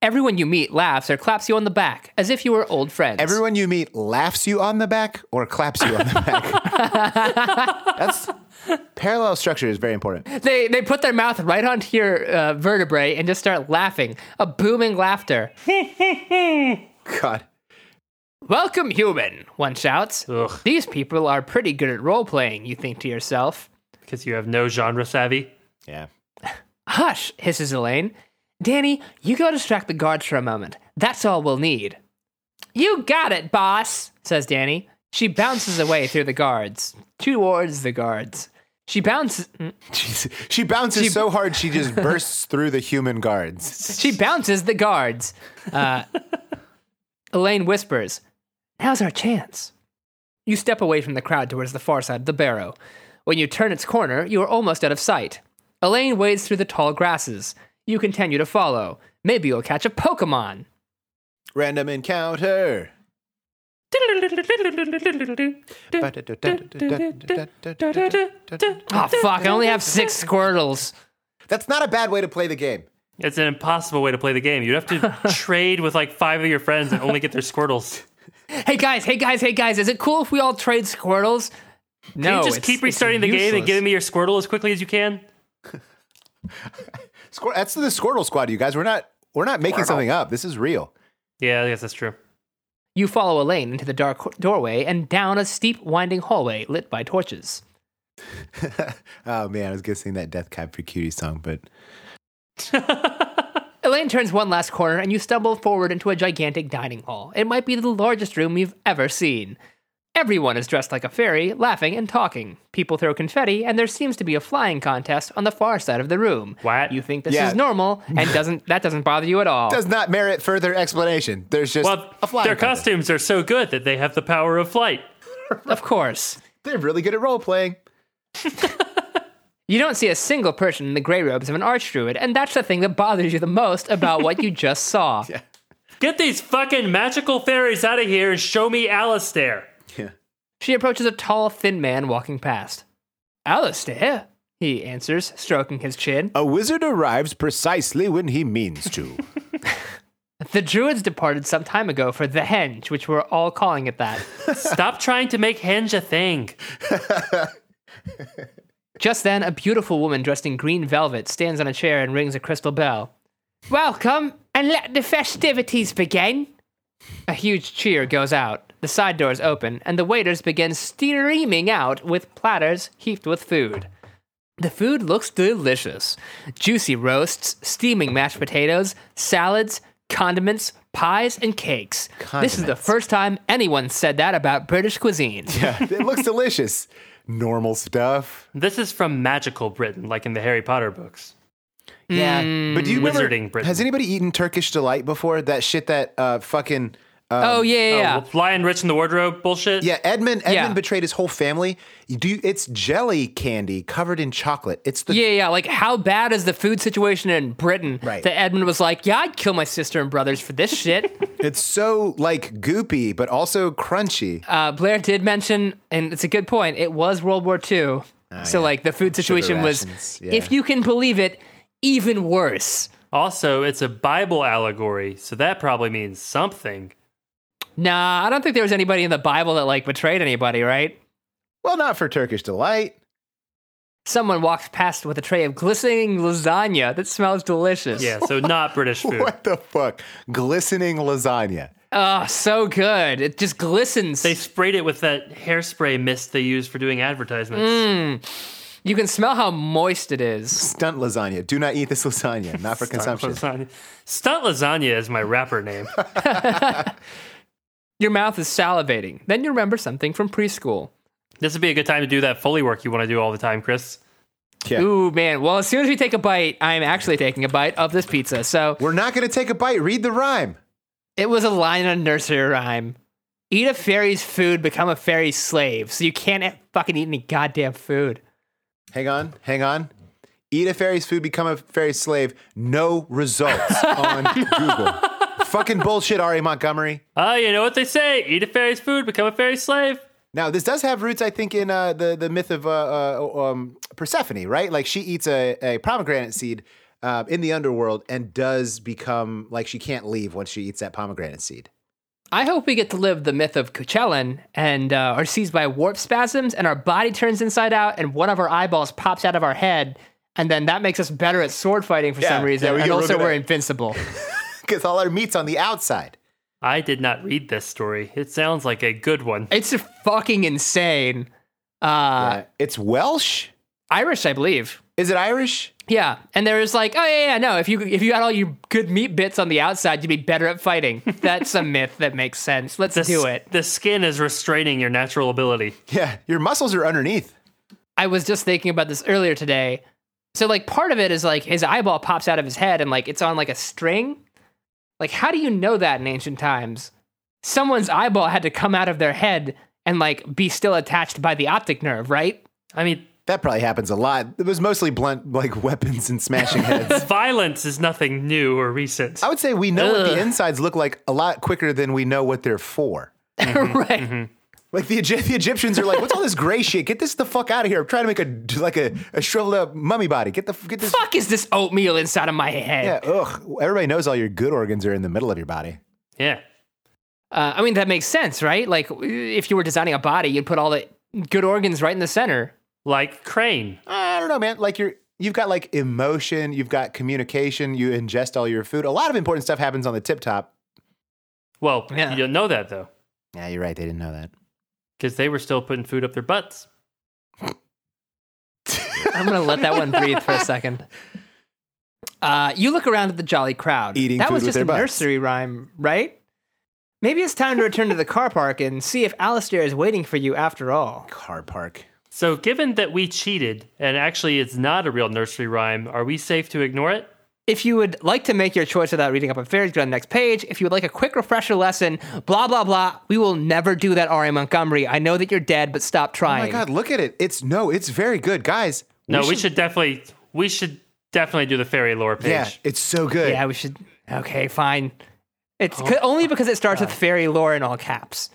Speaker 3: Everyone you meet laughs or claps you on the back as if you were old friends.
Speaker 2: Everyone you meet laughs you on the back or claps you on the back. [LAUGHS] That's parallel structure is very important.
Speaker 3: They they put their mouth right onto your uh, vertebrae and just start laughing, a booming laughter.
Speaker 2: God.
Speaker 3: Welcome, human, one shouts.
Speaker 4: Ugh.
Speaker 3: These people are pretty good at role playing, you think to yourself.
Speaker 4: Because you have no genre savvy.
Speaker 2: Yeah.
Speaker 3: Hush, hisses Elaine. Danny, you go distract the guards for a moment. That's all we'll need. You got it, boss, says Danny. She bounces away through the guards, towards the guards. She bounces.
Speaker 2: Jeez. She bounces so hard she just bursts through the human guards.
Speaker 3: She bounces the guards. Uh, [LAUGHS] Elaine whispers, Now's our chance. You step away from the crowd towards the far side of the barrow. When you turn its corner, you are almost out of sight. Elaine wades through the tall grasses. You continue to follow. Maybe you'll catch a Pokemon.
Speaker 2: Random encounter.
Speaker 3: Oh, fuck, I only have six Squirtles.
Speaker 2: That's not a bad way to play the game.
Speaker 4: It's an impossible way to play the game. You'd have
Speaker 3: [LAUGHS]
Speaker 4: to trade with like five of your friends and only get their squirtles.
Speaker 3: Hey guys, hey guys, hey guys, is it cool if we all trade Squirtles? No.
Speaker 4: Can you just
Speaker 3: it's-
Speaker 4: keep
Speaker 3: it's
Speaker 4: restarting the game and
Speaker 3: useless.
Speaker 4: giving me your squirtle as quickly as you can?
Speaker 2: Squir- that's the Squirtle Squad, you guys. We're not we're not making something up. This is real.
Speaker 4: Yeah, I guess that's true.
Speaker 3: You follow Elaine into the dark doorway and down a steep, winding hallway lit by torches.
Speaker 2: Oh man, I was gonna sing that Death Cab for Cutie song, but
Speaker 3: Elaine turns one last corner, and you stumble forward into a gigantic dining hall. It might be the largest room you've ever seen. Everyone is dressed like a fairy, laughing and talking. People throw confetti, and there seems to be a flying contest on the far side of the room.
Speaker 4: What?
Speaker 3: You think this
Speaker 2: Yeah.
Speaker 3: is normal,
Speaker 2: [LAUGHS]
Speaker 3: and doesn't that doesn't bother you at all?
Speaker 2: Does not merit further explanation. There's just
Speaker 4: Well,
Speaker 2: a flying
Speaker 4: their
Speaker 2: contest.
Speaker 4: costumes are so good that they have the power of flight.
Speaker 3: of course.
Speaker 2: They're really good at role playing.
Speaker 3: You don't see a single person in the gray robes of an archdruid, and that's the thing that bothers you the most about what you just
Speaker 2: [LAUGHS]
Speaker 3: saw.
Speaker 4: Get these fucking magical fairies out of here and show
Speaker 3: [LAUGHS]
Speaker 4: me Alistair.
Speaker 2: Yeah.
Speaker 3: She approaches a tall, thin man walking past. Alistair, he answers, stroking his chin.
Speaker 2: A wizard arrives precisely when he means [LAUGHS] to.
Speaker 3: The druids departed some time ago for the Henge, which we're all calling it that.
Speaker 4: Stop trying to make Henge a thing.
Speaker 3: Just then, a beautiful woman dressed in green velvet stands on a chair and rings a crystal bell. Welcome, and let the festivities begin. A huge cheer goes out. The side doors open, and the waiters begin streaming out with platters heaped with food. The food looks delicious juicy roasts, steaming mashed potatoes, salads, condiments, pies, and cakes. This is the
Speaker 2: Condiments.
Speaker 3: first time anyone said that about British
Speaker 2: [LAUGHS]
Speaker 3: cuisine.
Speaker 2: it looks delicious. Normal stuff.
Speaker 4: This is from magical Britain, like in the Harry Potter books.
Speaker 2: Yeah. but do you remember?
Speaker 4: Wizarding Britain.
Speaker 2: Has anybody eaten Turkish delight before? That shit that uh, fucking
Speaker 3: oh, yeah, yeah, yeah.
Speaker 4: Oh, Lion Rich in the Wardrobe bullshit?
Speaker 2: yeah. Edmund Edmund
Speaker 3: Yeah.
Speaker 2: betrayed his whole family. You do it's jelly candy covered in chocolate. It's the
Speaker 3: Yeah, yeah. Like, how bad is the food situation in Britain
Speaker 2: Right.
Speaker 3: that Edmund was like, yeah, I'd kill my sister and brothers for this shit?
Speaker 2: [LAUGHS] it's so like goopy but also crunchy.
Speaker 3: uh, Blair did mention, and it's a good point, it was World War II. so, like, the food situation was,
Speaker 2: Ah, rations, yeah.
Speaker 3: if you can believe it, even worse.
Speaker 4: Also, it's a Bible allegory, so that probably means something.
Speaker 3: Nah, I don't think there was anybody in the Bible that, like, betrayed anybody, right?
Speaker 2: well, not for Turkish delight.
Speaker 3: Someone walks past with a tray of glistening lasagna that smells delicious.
Speaker 4: Yeah, so not British
Speaker 2: [LAUGHS]
Speaker 4: food.
Speaker 2: What the fuck? Glistening lasagna.
Speaker 3: Oh, so good. It just glistens.
Speaker 4: They sprayed it with that hairspray mist they use for doing advertisements.
Speaker 3: you can smell how moist it is.
Speaker 2: Stunt lasagna. Do not eat this [LAUGHS] lasagna. Not for consumption.
Speaker 4: Lasagna. Stunt lasagna is my rapper name.
Speaker 3: Your mouth is salivating. Then you remember something from preschool.
Speaker 4: this would be a good time to do that Foley work you want to do all the time, Chris.
Speaker 2: Yeah.
Speaker 3: Ooh, man. Well, as soon as we take a bite, I'm actually taking a bite of this pizza. So
Speaker 2: We're not going to take a bite. Read the rhyme.
Speaker 3: it was a line in a nursery rhyme Eat a fairy's food, become a fairy's slave. So you can't e- fucking eat any goddamn food.
Speaker 2: Hang on, hang on. Eat a fairy's food, become a fairy's slave. No results on Google. Fucking bullshit, Ari Montgomery.
Speaker 4: Oh, you know what they say eat a fairy's food, become a fairy's slave.
Speaker 2: Now, this does have roots, I think, in uh, the the myth of uh, uh, um, Persephone, right? Like she eats a, a pomegranate seed uh, in the underworld and does become like she can't leave once she eats that pomegranate seed.
Speaker 3: I hope we get to live the myth of Cuchulain and uh, are seized by warp spasms and our body turns inside out and one of our eyeballs pops out of our head. And then that makes us better at sword fighting for
Speaker 2: Yeah,
Speaker 3: some reason.
Speaker 2: yeah, we
Speaker 3: and
Speaker 2: get real
Speaker 3: also,
Speaker 2: good at
Speaker 3: we're
Speaker 2: it.
Speaker 3: invincible.
Speaker 2: Because all our meat's on the outside.
Speaker 4: I did not read this story. It sounds like a good one.
Speaker 3: it's fucking insane. Uh,
Speaker 2: Uh, it's Welsh?
Speaker 3: Irish, I believe.
Speaker 2: Is it Irish?
Speaker 3: Yeah, and they're just like, oh yeah, yeah, no. If you if you had all your good meat bits on the outside, you'd be better at fighting. That's a myth that makes sense. Let's
Speaker 4: The
Speaker 3: do
Speaker 4: s-
Speaker 3: it.
Speaker 4: The skin is restraining your natural ability.
Speaker 2: Yeah, your muscles are underneath.
Speaker 3: I was just thinking about this earlier today. So like, part of it is like his eyeball pops out of his head, and like it's on like a string. Like, how do you know that in ancient times? Someone's eyeball had to come out of their head and like be still attached by the optic nerve, right? [LAUGHS]
Speaker 4: I mean, [LAUGHS]
Speaker 2: That probably happens a lot. It was mostly blunt, like [LAUGHS] weapons and smashing heads.
Speaker 4: violence is nothing new or recent.
Speaker 2: I would say we know what
Speaker 3: Ugh.
Speaker 2: the insides look like a lot quicker than we know what they're for.
Speaker 3: right.
Speaker 2: Like the, Egy- the Egyptians are like, what's all this gray shit? Get this the fuck out of here! I'm trying to make a like a, a shriveled up mummy body. Get the f- get this.
Speaker 3: Fuck is this oatmeal inside of my head?
Speaker 2: Yeah, ugh. Everybody knows all your good organs are in the middle of your body.
Speaker 4: Yeah.
Speaker 3: Uh, I mean, that makes sense, right? Like, if you were designing a body, you'd put all the good organs right in the center.
Speaker 4: Like Crane.
Speaker 2: I don't know, man. Like you're you've got like emotion, you've got communication. You ingest all your food. A lot of important stuff happens on the tip top.
Speaker 4: Well,
Speaker 3: Yeah.
Speaker 4: you don't know that though,
Speaker 2: Yeah, you're right. They didn't know that.
Speaker 4: because they were still putting food up their butts.
Speaker 2: [LAUGHS]
Speaker 3: I'm going to let that one breathe for a second. Uh, you look around at the jolly crowd.
Speaker 2: Eating
Speaker 3: that
Speaker 2: food
Speaker 3: was
Speaker 2: with
Speaker 3: just
Speaker 2: their
Speaker 3: a
Speaker 2: butts.
Speaker 3: nursery rhyme, right? Maybe it's time to return to the car park and see if Alistair is waiting for you after all.
Speaker 2: Car park.
Speaker 4: So, given that we cheated and actually it's not a real nursery rhyme, are we safe to ignore it?
Speaker 3: If you would like to make your choice without reading up a fairy, go to the next page. If you would like a quick refresher lesson, blah, blah, blah. We will never do that, R.A. Montgomery. I know that you're dead, but stop
Speaker 2: Oh
Speaker 3: trying.
Speaker 2: my god, look at it. It's no, it's very good, guys.
Speaker 4: No, we should, definitely we should definitely do the fairy lore page.
Speaker 2: Yeah, [LAUGHS] it's so good.
Speaker 3: Yeah, we should. Okay, fine. It's
Speaker 2: Oh,
Speaker 3: c only because it starts
Speaker 2: Ah.
Speaker 3: with fairy lore in all caps.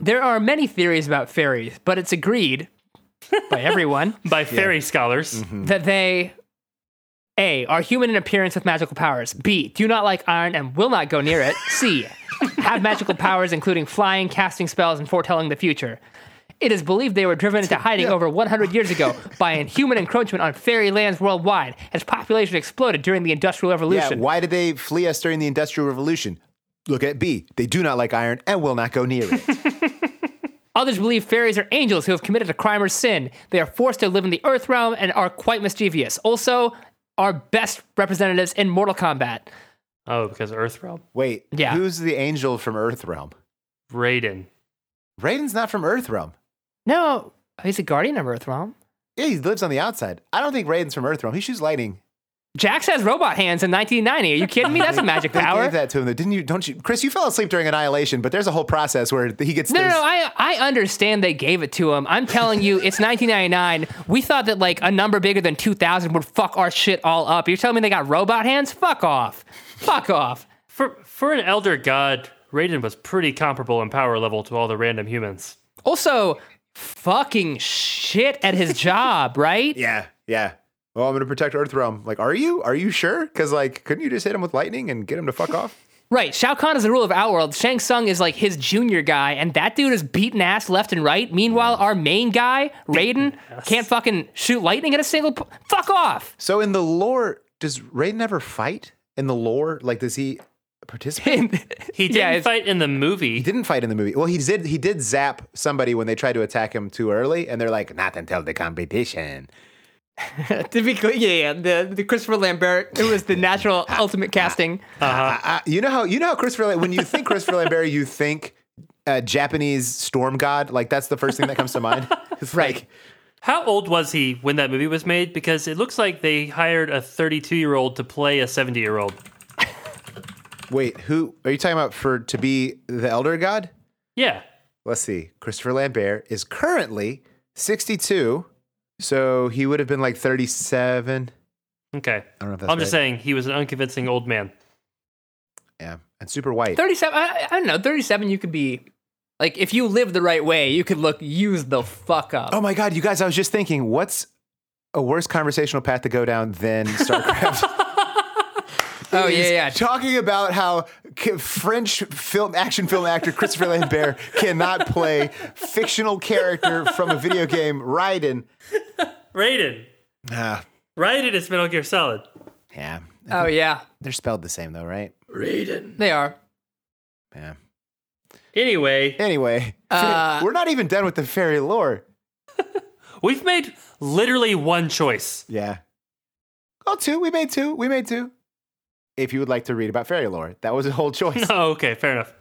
Speaker 3: There are many theories about fairies, but it's agreed
Speaker 2: [LAUGHS]
Speaker 3: by everyone
Speaker 4: By fairy scholars.
Speaker 2: Hmm.
Speaker 3: that they A are human in appearance with magical powers. B do not like iron and will not go near it.
Speaker 2: [LAUGHS]
Speaker 3: C have magical powers including flying, casting spells and foretelling the future. It is believed they were
Speaker 2: [LAUGHS]
Speaker 3: driven into hiding over 100 years ago by inhuman encroachment on fairy lands worldwide as population exploded during the Industrial
Speaker 2: Yeah,
Speaker 3: Revolution.
Speaker 2: why did they flee us during the Industrial Revolution? Look at B. They do not like iron and will not go near
Speaker 3: [LAUGHS]
Speaker 2: it.
Speaker 3: Others believe fairies are angels who have committed a crime or sin. They are forced to live in the earth realm and are quite mischievous. Also, are best representatives in Mortal Kombat.
Speaker 4: Oh, because Earthrealm.
Speaker 2: Wait,
Speaker 3: Yeah.
Speaker 2: who's the angel from Earthrealm?
Speaker 4: Raiden.
Speaker 2: Raiden's not from Earthrealm.
Speaker 3: No, he's a guardian of Earth realm.
Speaker 2: Yeah, he lives on the outside. I don't think Raiden's from Earthrealm. He shoots lightning.
Speaker 3: Jax has robot hands in 1990. Are you kidding me? That's a magic
Speaker 2: [LAUGHS] They
Speaker 3: power.
Speaker 2: gave that to him. Though. Didn't you? Don't you, Chris? You fell asleep during Annihilation, but there's a whole process where he gets.
Speaker 3: No, no,
Speaker 2: there's-
Speaker 3: no. I, I understand they gave it to him. I'm telling you, it's 1999. We thought that like a number bigger than 2,000 would fuck our shit all up. You're telling me they got robot hands? Fuck off. Fuck off.
Speaker 4: For for an elder god, Raiden was pretty comparable in power level to all the random humans.
Speaker 3: Also, fucking shit at his job, right?
Speaker 2: Yeah, yeah. Well, I'm gonna protect Earthrealm. Like, are you? Are you sure? Because like, couldn't you just hit him with lightning and get him
Speaker 3: [LAUGHS]
Speaker 2: to fuck off?
Speaker 3: Right. Shao Kahn is the ruler of Outworld. Shang Tsung is like his junior guy, and that dude is beating ass left and right. Meanwhile, our main guy, Raiden, can't fucking shoot lightning at a single. P- Fuck [LAUGHS] off.
Speaker 2: So in the lore, does Raiden ever fight? In the lore, like, does he participate?
Speaker 3: And-
Speaker 4: He didn't
Speaker 3: Yeah, it's-
Speaker 4: fight in the movie.
Speaker 2: He didn't fight in the movie. Well, he did. He did zap somebody when they tried to attack him too early, and they're like, "Not until the competition."
Speaker 3: to be clear, yeah, yeah, the, the Christopher Lambert, it was the [LAUGHS] natural ultimate casting.
Speaker 4: Uh-huh.
Speaker 2: Uh, you know how you know how Christopher Lam- when you think Christopher Lambert, you think uh, Japanese storm god. Like that's the first thing that comes to
Speaker 4: [LAUGHS]
Speaker 2: mind. It's
Speaker 3: Right.
Speaker 2: like
Speaker 4: How old was he when that movie was made? Because it looks like they hired a 32 year old to play a 70 year old.
Speaker 2: wait, who are you talking about for to be the elder god?
Speaker 4: Yeah.
Speaker 2: Let's see. Christopher Lambert is currently sixty-two, so he would have been like thirty-seven.
Speaker 4: Okay.
Speaker 2: I don't know if that's
Speaker 4: I'm just
Speaker 2: right.
Speaker 4: saying he was an unconvincing old man.
Speaker 2: Yeah, and super white.
Speaker 3: 37, I, I don't know, 37, you could be, like, if you live the right way, you could look, use the fuck up.
Speaker 2: Oh my god, you guys! I was just thinking, what's a worse conversational path to go down than StarCraft?
Speaker 3: [LAUGHS] oh yeah, yeah.
Speaker 2: talking about how c- French film action film actor Christopher
Speaker 3: [LAUGHS]
Speaker 2: Lambert cannot play fictional character from a video game Raiden.
Speaker 4: Raiden.
Speaker 2: Ah,
Speaker 4: Raiden is Metal Gear Solid.
Speaker 2: yeah,
Speaker 3: Oh yeah,
Speaker 2: they're spelled the same though, right?
Speaker 3: they are.
Speaker 2: Yeah.
Speaker 4: Anyway,
Speaker 2: Anyway,
Speaker 3: Uh,
Speaker 2: [LAUGHS] we're not even done with the fairy lore.
Speaker 4: we've made literally one choice. [LAUGHS]
Speaker 2: Yeah. Oh, two. We made two. We made two. If you would like to read about fairy lore, that was a whole
Speaker 3: [LAUGHS]
Speaker 2: choice.
Speaker 4: Oh, okay. Fair enough.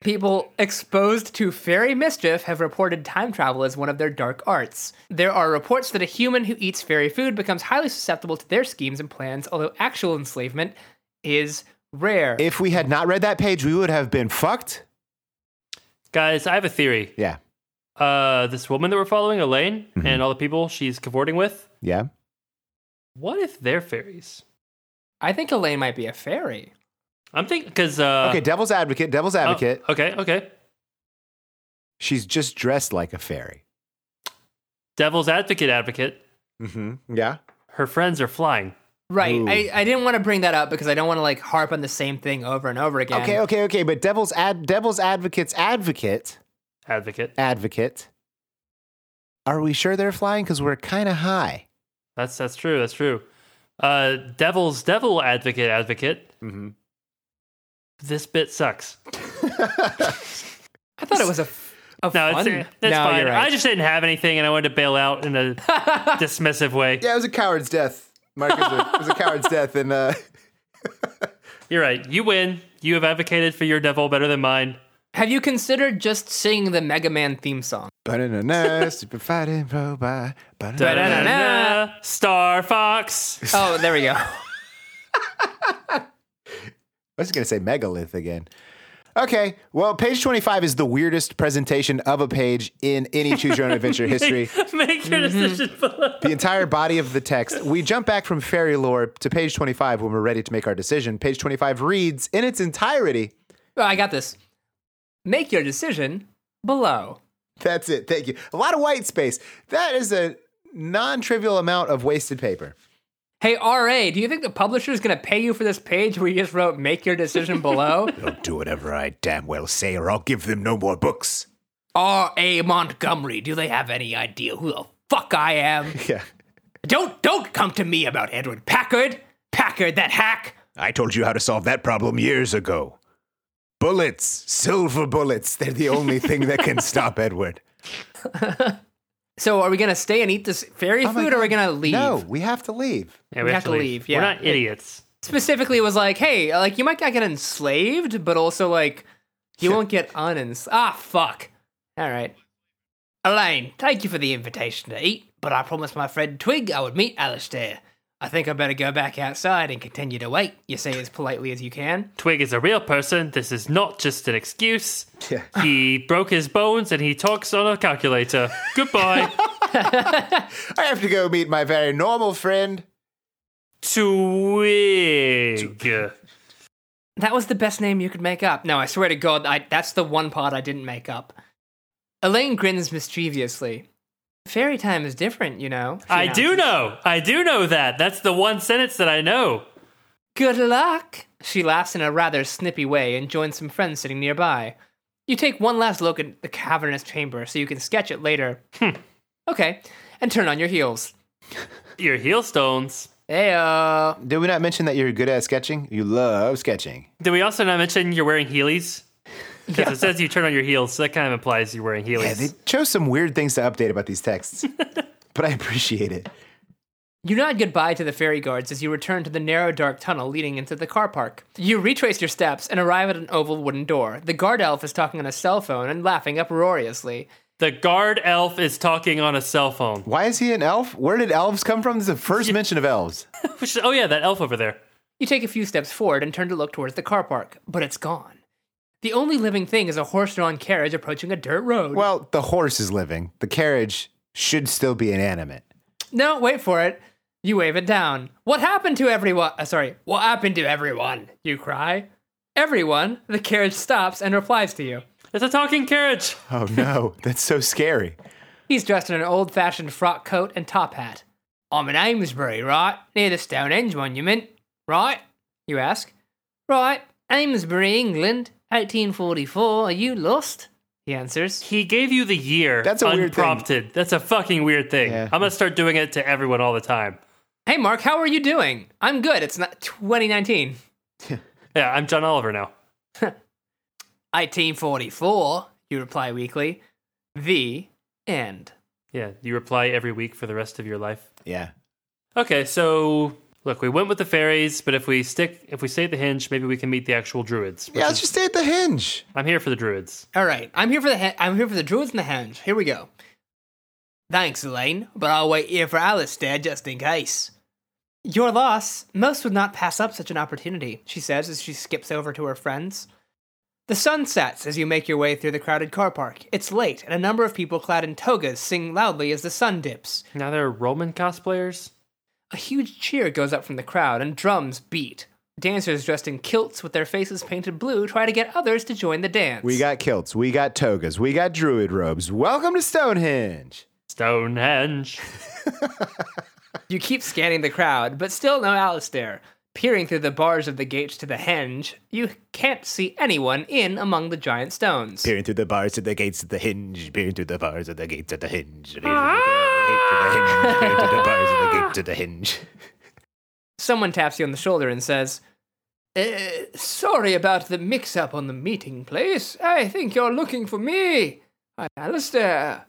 Speaker 3: People exposed to fairy mischief have reported time travel as one of their dark arts. There are reports that a human who eats fairy food becomes highly susceptible to their schemes and plans, although actual enslavement is rare.
Speaker 2: If we had not read that page, we would have been fucked.
Speaker 4: Guys, I have a theory.
Speaker 2: Yeah.
Speaker 4: Uh, this woman that we're following, Elaine,
Speaker 2: Mm-hmm.
Speaker 4: and all the people she's cavorting with,
Speaker 2: Yeah.
Speaker 4: what if they're fairies?
Speaker 3: I think Elaine might be a fairy.
Speaker 4: I'm thinking because. Uh,
Speaker 2: Okay. Devil's advocate. Devil's
Speaker 4: oh,
Speaker 2: advocate.
Speaker 4: okay, okay.
Speaker 2: She's just dressed like a fairy.
Speaker 4: Devil's advocate advocate.
Speaker 2: Mm-hmm. Yeah.
Speaker 4: Her friends are flying.
Speaker 3: Right.
Speaker 2: Ooh.
Speaker 3: I, I didn't want to bring that up because I don't want to like harp on the same thing over and over again.
Speaker 2: Okay, okay, okay. But devil's ad, devil's advocate's advocate,
Speaker 4: Advocate.
Speaker 2: advocate. Are we sure they're flying? Because we're kind of high.
Speaker 4: That's that's true. That's true. Uh, devil's devil advocate advocate.
Speaker 2: Mm-hmm.
Speaker 4: This bit sucks.
Speaker 3: I thought it was a, f- a
Speaker 4: No,
Speaker 3: fun.
Speaker 4: it's, it's fine. I just didn't have anything, and I wanted to bail out in a dismissive way.
Speaker 2: Yeah, it was a coward's death. Mark is a, is a [LAUGHS] coward's death, and uh,
Speaker 4: You're right. You win. You have advocated for your devil better than mine.
Speaker 3: Have you considered just singing the Mega Man
Speaker 2: [LAUGHS]
Speaker 3: theme song?
Speaker 2: ba-da-na-na, super fighting robot. ba-da-na-na.
Speaker 4: Da-da-da-da. [LAUGHS] Star Fox. [LAUGHS]
Speaker 3: Oh, there we go. [LAUGHS]
Speaker 2: I was going to say megalith again. Okay, well, page 25 is the weirdest presentation of a page in any Choose Your Own [LAUGHS] Adventure history.
Speaker 4: Make your decision. below.
Speaker 2: The entire body of the text. We jump back from fairy lore to page 25 when we're ready to make our decision. Page 25 reads in its entirety.
Speaker 3: Oh, I got this. Make your decision below.
Speaker 2: That's it. Thank you. A lot of white space. That is a non trivial amount of wasted paper.
Speaker 3: Hey, RA, do you think the publisher's going to pay you for this page where you just wrote make your decision
Speaker 2: [LAUGHS]
Speaker 3: below?
Speaker 2: They'll do whatever I damn well say, or I'll give them no more books.
Speaker 3: R.A. Montgomery, do they have any idea who the fuck I am?
Speaker 2: Yeah.
Speaker 3: Don't don't come to me about Edward Packard. Packard, that hack.
Speaker 2: I told you how to solve that problem years ago. Bullets, silver bullets, they're the [LAUGHS] only thing that can stop Edward.
Speaker 3: So are we gonna stay and eat this fairy
Speaker 2: Oh my
Speaker 3: food or are we
Speaker 2: God.
Speaker 3: gonna leave?
Speaker 2: No, we have to leave.
Speaker 4: Yeah,
Speaker 3: We have to leave, yeah.
Speaker 4: We're not idiots.
Speaker 3: Specifically it was like, hey, like you might not get enslaved, but also like you won't get unenslaved. Ah fuck. Alright. Elaine, thank you for the invitation to eat, but I promised my friend Twig I would meet Alistair. I think I better go back outside and continue to wait, you say as politely as you can.
Speaker 4: Twig is a real person. This is not just an excuse.
Speaker 2: Yeah.
Speaker 4: He broke his bones and he talks on a calculator. Goodbye.
Speaker 2: I have to go meet my very normal friend.
Speaker 4: Twig.
Speaker 3: That was the best name you could make up. No, I swear to God, I, that's the one part I didn't make up. Elaine grins mischievously. Fairy time is different, you know. she
Speaker 4: I do
Speaker 3: announces.
Speaker 4: know. I do know that. That's the one sentence that I know.
Speaker 3: Good luck. She laughs in a rather snippy way and joins some friends sitting nearby. You take one last look at the cavernous chamber so you can sketch it later. Hmm. Okay, and turn on your heels.
Speaker 4: Your heel stones.
Speaker 3: Heyo.
Speaker 2: Did we not mention that you're good at sketching? You love sketching.
Speaker 4: Did we also not mention you're wearing heelys? Because it says you turn on your heels, so that kind of implies you're wearing heelys.
Speaker 2: Yeah, they chose some weird things to update about these [LAUGHS] texts, but I appreciate it.
Speaker 3: You nod goodbye to the ferry guards as you return to the narrow, dark tunnel leading into the car park. You retrace your steps and arrive at an oval wooden door. The guard elf is talking on a cell phone and laughing uproariously.
Speaker 4: the guard elf is talking on a cell phone.
Speaker 2: Why is he an elf? Where did elves come from? This is the first mention of elves.
Speaker 4: Which, oh yeah, that elf over there.
Speaker 3: You take a few steps forward and turn to look towards the car park, but it's gone. The only living thing is a horse drawn carriage approaching a dirt road.
Speaker 2: Well, the horse is living. The carriage should still be inanimate.
Speaker 3: no, wait for it. You wave it down. What happened to everyone? Uh, sorry, what happened to everyone? You cry. Everyone. The carriage stops and replies to you.
Speaker 4: It's a talking carriage.
Speaker 2: Oh no, [LAUGHS] that's so scary.
Speaker 3: He's dressed in an old fashioned frock coat and top hat. I'm in Amesbury, right? Near the Stonehenge Monument, right? You ask. Right, Amesbury, England, 1844. Are you lost? He answers.
Speaker 4: He gave you the year.
Speaker 2: That's a weird thing.
Speaker 4: unprompted. That's a fucking weird thing.
Speaker 2: Yeah.
Speaker 4: I'm gonna start doing it to everyone all the time.
Speaker 3: Hey, Mark, how are you doing? I'm good. It's not 2019.
Speaker 4: Yeah, I'm John Oliver now.
Speaker 3: 1844, you reply weakly. The end.
Speaker 4: Yeah, you reply every week for the rest of your life.
Speaker 2: Yeah.
Speaker 4: Okay, so look, we went with the fairies, but if we stick, if we stay at the hinge, maybe we can meet the actual druids.
Speaker 2: Yeah, let's just stay at the hinge.
Speaker 4: I'm here for the druids.
Speaker 3: All right, I'm here for the he- I'm here for the druids and the hounds. Here we go. Thanks, Elaine, but I'll wait here for Alistair just in case. Your loss. Most would not pass up such an opportunity, she says as she skips over to her friends. The sun sets as you make your way through the crowded car park. It's late, and a number of people clad in togas sing loudly as the sun dips.
Speaker 4: Now they're Roman cosplayers.
Speaker 3: A huge cheer goes up from the crowd, and drums beat. Dancers dressed in kilts with their faces painted blue try to get others to join the dance.
Speaker 2: We got kilts, we got togas, we got druid robes. Welcome to Stonehenge.
Speaker 4: Stonehenge. [LAUGHS]
Speaker 3: You keep scanning the crowd, but still no Alistair. Peering through the bars of the gates to the henge, you can't see anyone in among the giant stones.
Speaker 2: Peering through the bars at the gates of the hinge, peering through the bars at the gates of the hinge, peering through the gates of the hinge, peering through the bars at the gates of the [LAUGHS] hinge.
Speaker 3: Someone taps you on the shoulder and says, "Uh, Sorry about the mix up on the meeting place. I think you're looking for me. I'm Alistair.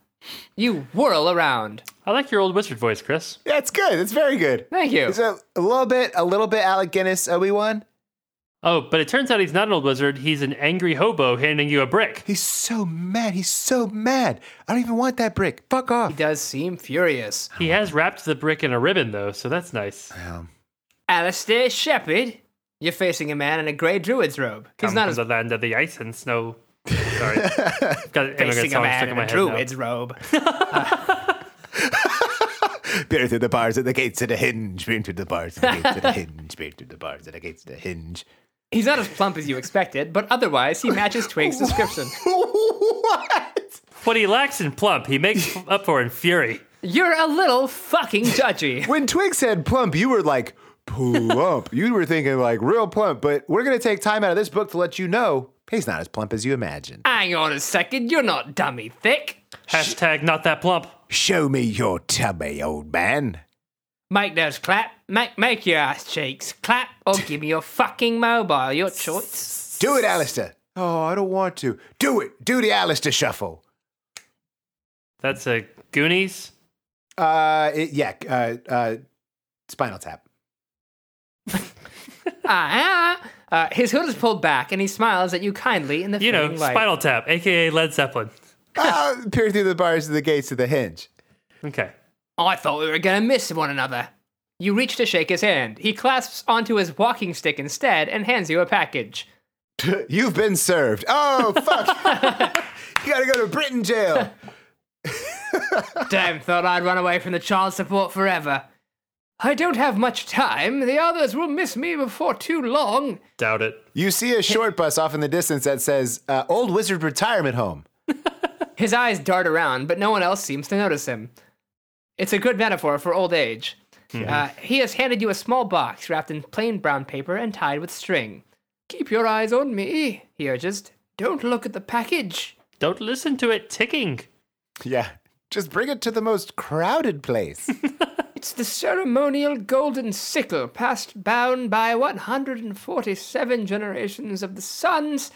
Speaker 3: You whirl around.
Speaker 4: I like your old wizard voice, Chris.
Speaker 2: Yeah, it's good. It's very good.
Speaker 3: Thank you.
Speaker 2: It's a, a little bit, a little bit Alec Guinness Obi Wan.
Speaker 4: Oh, but it turns out he's not an old wizard. He's an angry hobo handing you a brick.
Speaker 2: He's so mad. He's so mad. I don't even want that brick. Fuck
Speaker 3: He
Speaker 2: [LAUGHS] off.
Speaker 3: does seem furious.
Speaker 4: He has wrapped the brick in a ribbon, though, so that's nice.
Speaker 3: Alistair Shepard, you're facing a man in a grey druid's robe. He's
Speaker 4: Come
Speaker 3: not
Speaker 4: from
Speaker 3: as
Speaker 4: the land of the ice and snow. Sorry, got an immigrant
Speaker 3: facing a
Speaker 4: song stuck
Speaker 3: man
Speaker 4: in
Speaker 3: in
Speaker 4: my
Speaker 3: a
Speaker 4: head now.
Speaker 3: druid's robe.
Speaker 2: Peer through the bars at the gates of the hinge. Peer through the bars at the gates of the hinge. Peer through the bars at the gates of the hinge.
Speaker 3: He's not as plump as you expected, but otherwise he matches
Speaker 4: [LAUGHS]
Speaker 3: Twink's description.
Speaker 2: [LAUGHS] what?
Speaker 4: What he lacks in plump, he makes up for in fury.
Speaker 3: You're a little fucking judgy.
Speaker 2: When Twig said plump, you were like [LAUGHS] plump. you were thinking like real plump. But we're gonna take time out of this book to let you know he's not as plump as you imagine.
Speaker 3: Hang on a second, you're not dummy thick.
Speaker 4: Hashtag not that plump.
Speaker 2: Show me your tummy, old man.
Speaker 3: Make those clap. Make make your ass cheeks clap, or give me your fucking mobile, your
Speaker 4: [LAUGHS]
Speaker 3: choice.
Speaker 2: Do it, Alistair. Oh, I don't want to. Do it. Do the Alistair shuffle.
Speaker 4: That's a Goonies.
Speaker 2: Uh, it, yeah. Uh, uh, Spinal Tap.
Speaker 3: Ah, ah. Uh, his hood is pulled back, and he smiles at you kindly in the
Speaker 4: You know,
Speaker 3: fading light.
Speaker 4: Spinal Tap, aka Led Zeppelin.
Speaker 2: [LAUGHS] Ah, peer through the bars of the gates of the hinge.
Speaker 4: Okay.
Speaker 3: I thought we were going to miss one another. You reach to shake his hand. He clasps onto his walking stick instead and hands you a package.
Speaker 2: You've been served. Oh [LAUGHS] fuck! you gotta go to Britain jail.
Speaker 3: Damn, thought I'd run away from the child support forever. I don't have much time. The others will miss me before too long.
Speaker 4: Doubt it.
Speaker 2: You see a short bus off in the distance that says uh, "Old Wizard Retirement Home."
Speaker 3: His eyes dart around, but no one else seems to notice him. It's a good metaphor for old age. Uh, he has handed you a small box wrapped in plain brown paper and tied with string. Keep your eyes on me, he urges. Don't look at the package.
Speaker 4: Don't listen to it ticking.
Speaker 2: Yeah, just bring it to the most crowded place.
Speaker 3: It's the ceremonial golden sickle passed down by 147 generations of the sons,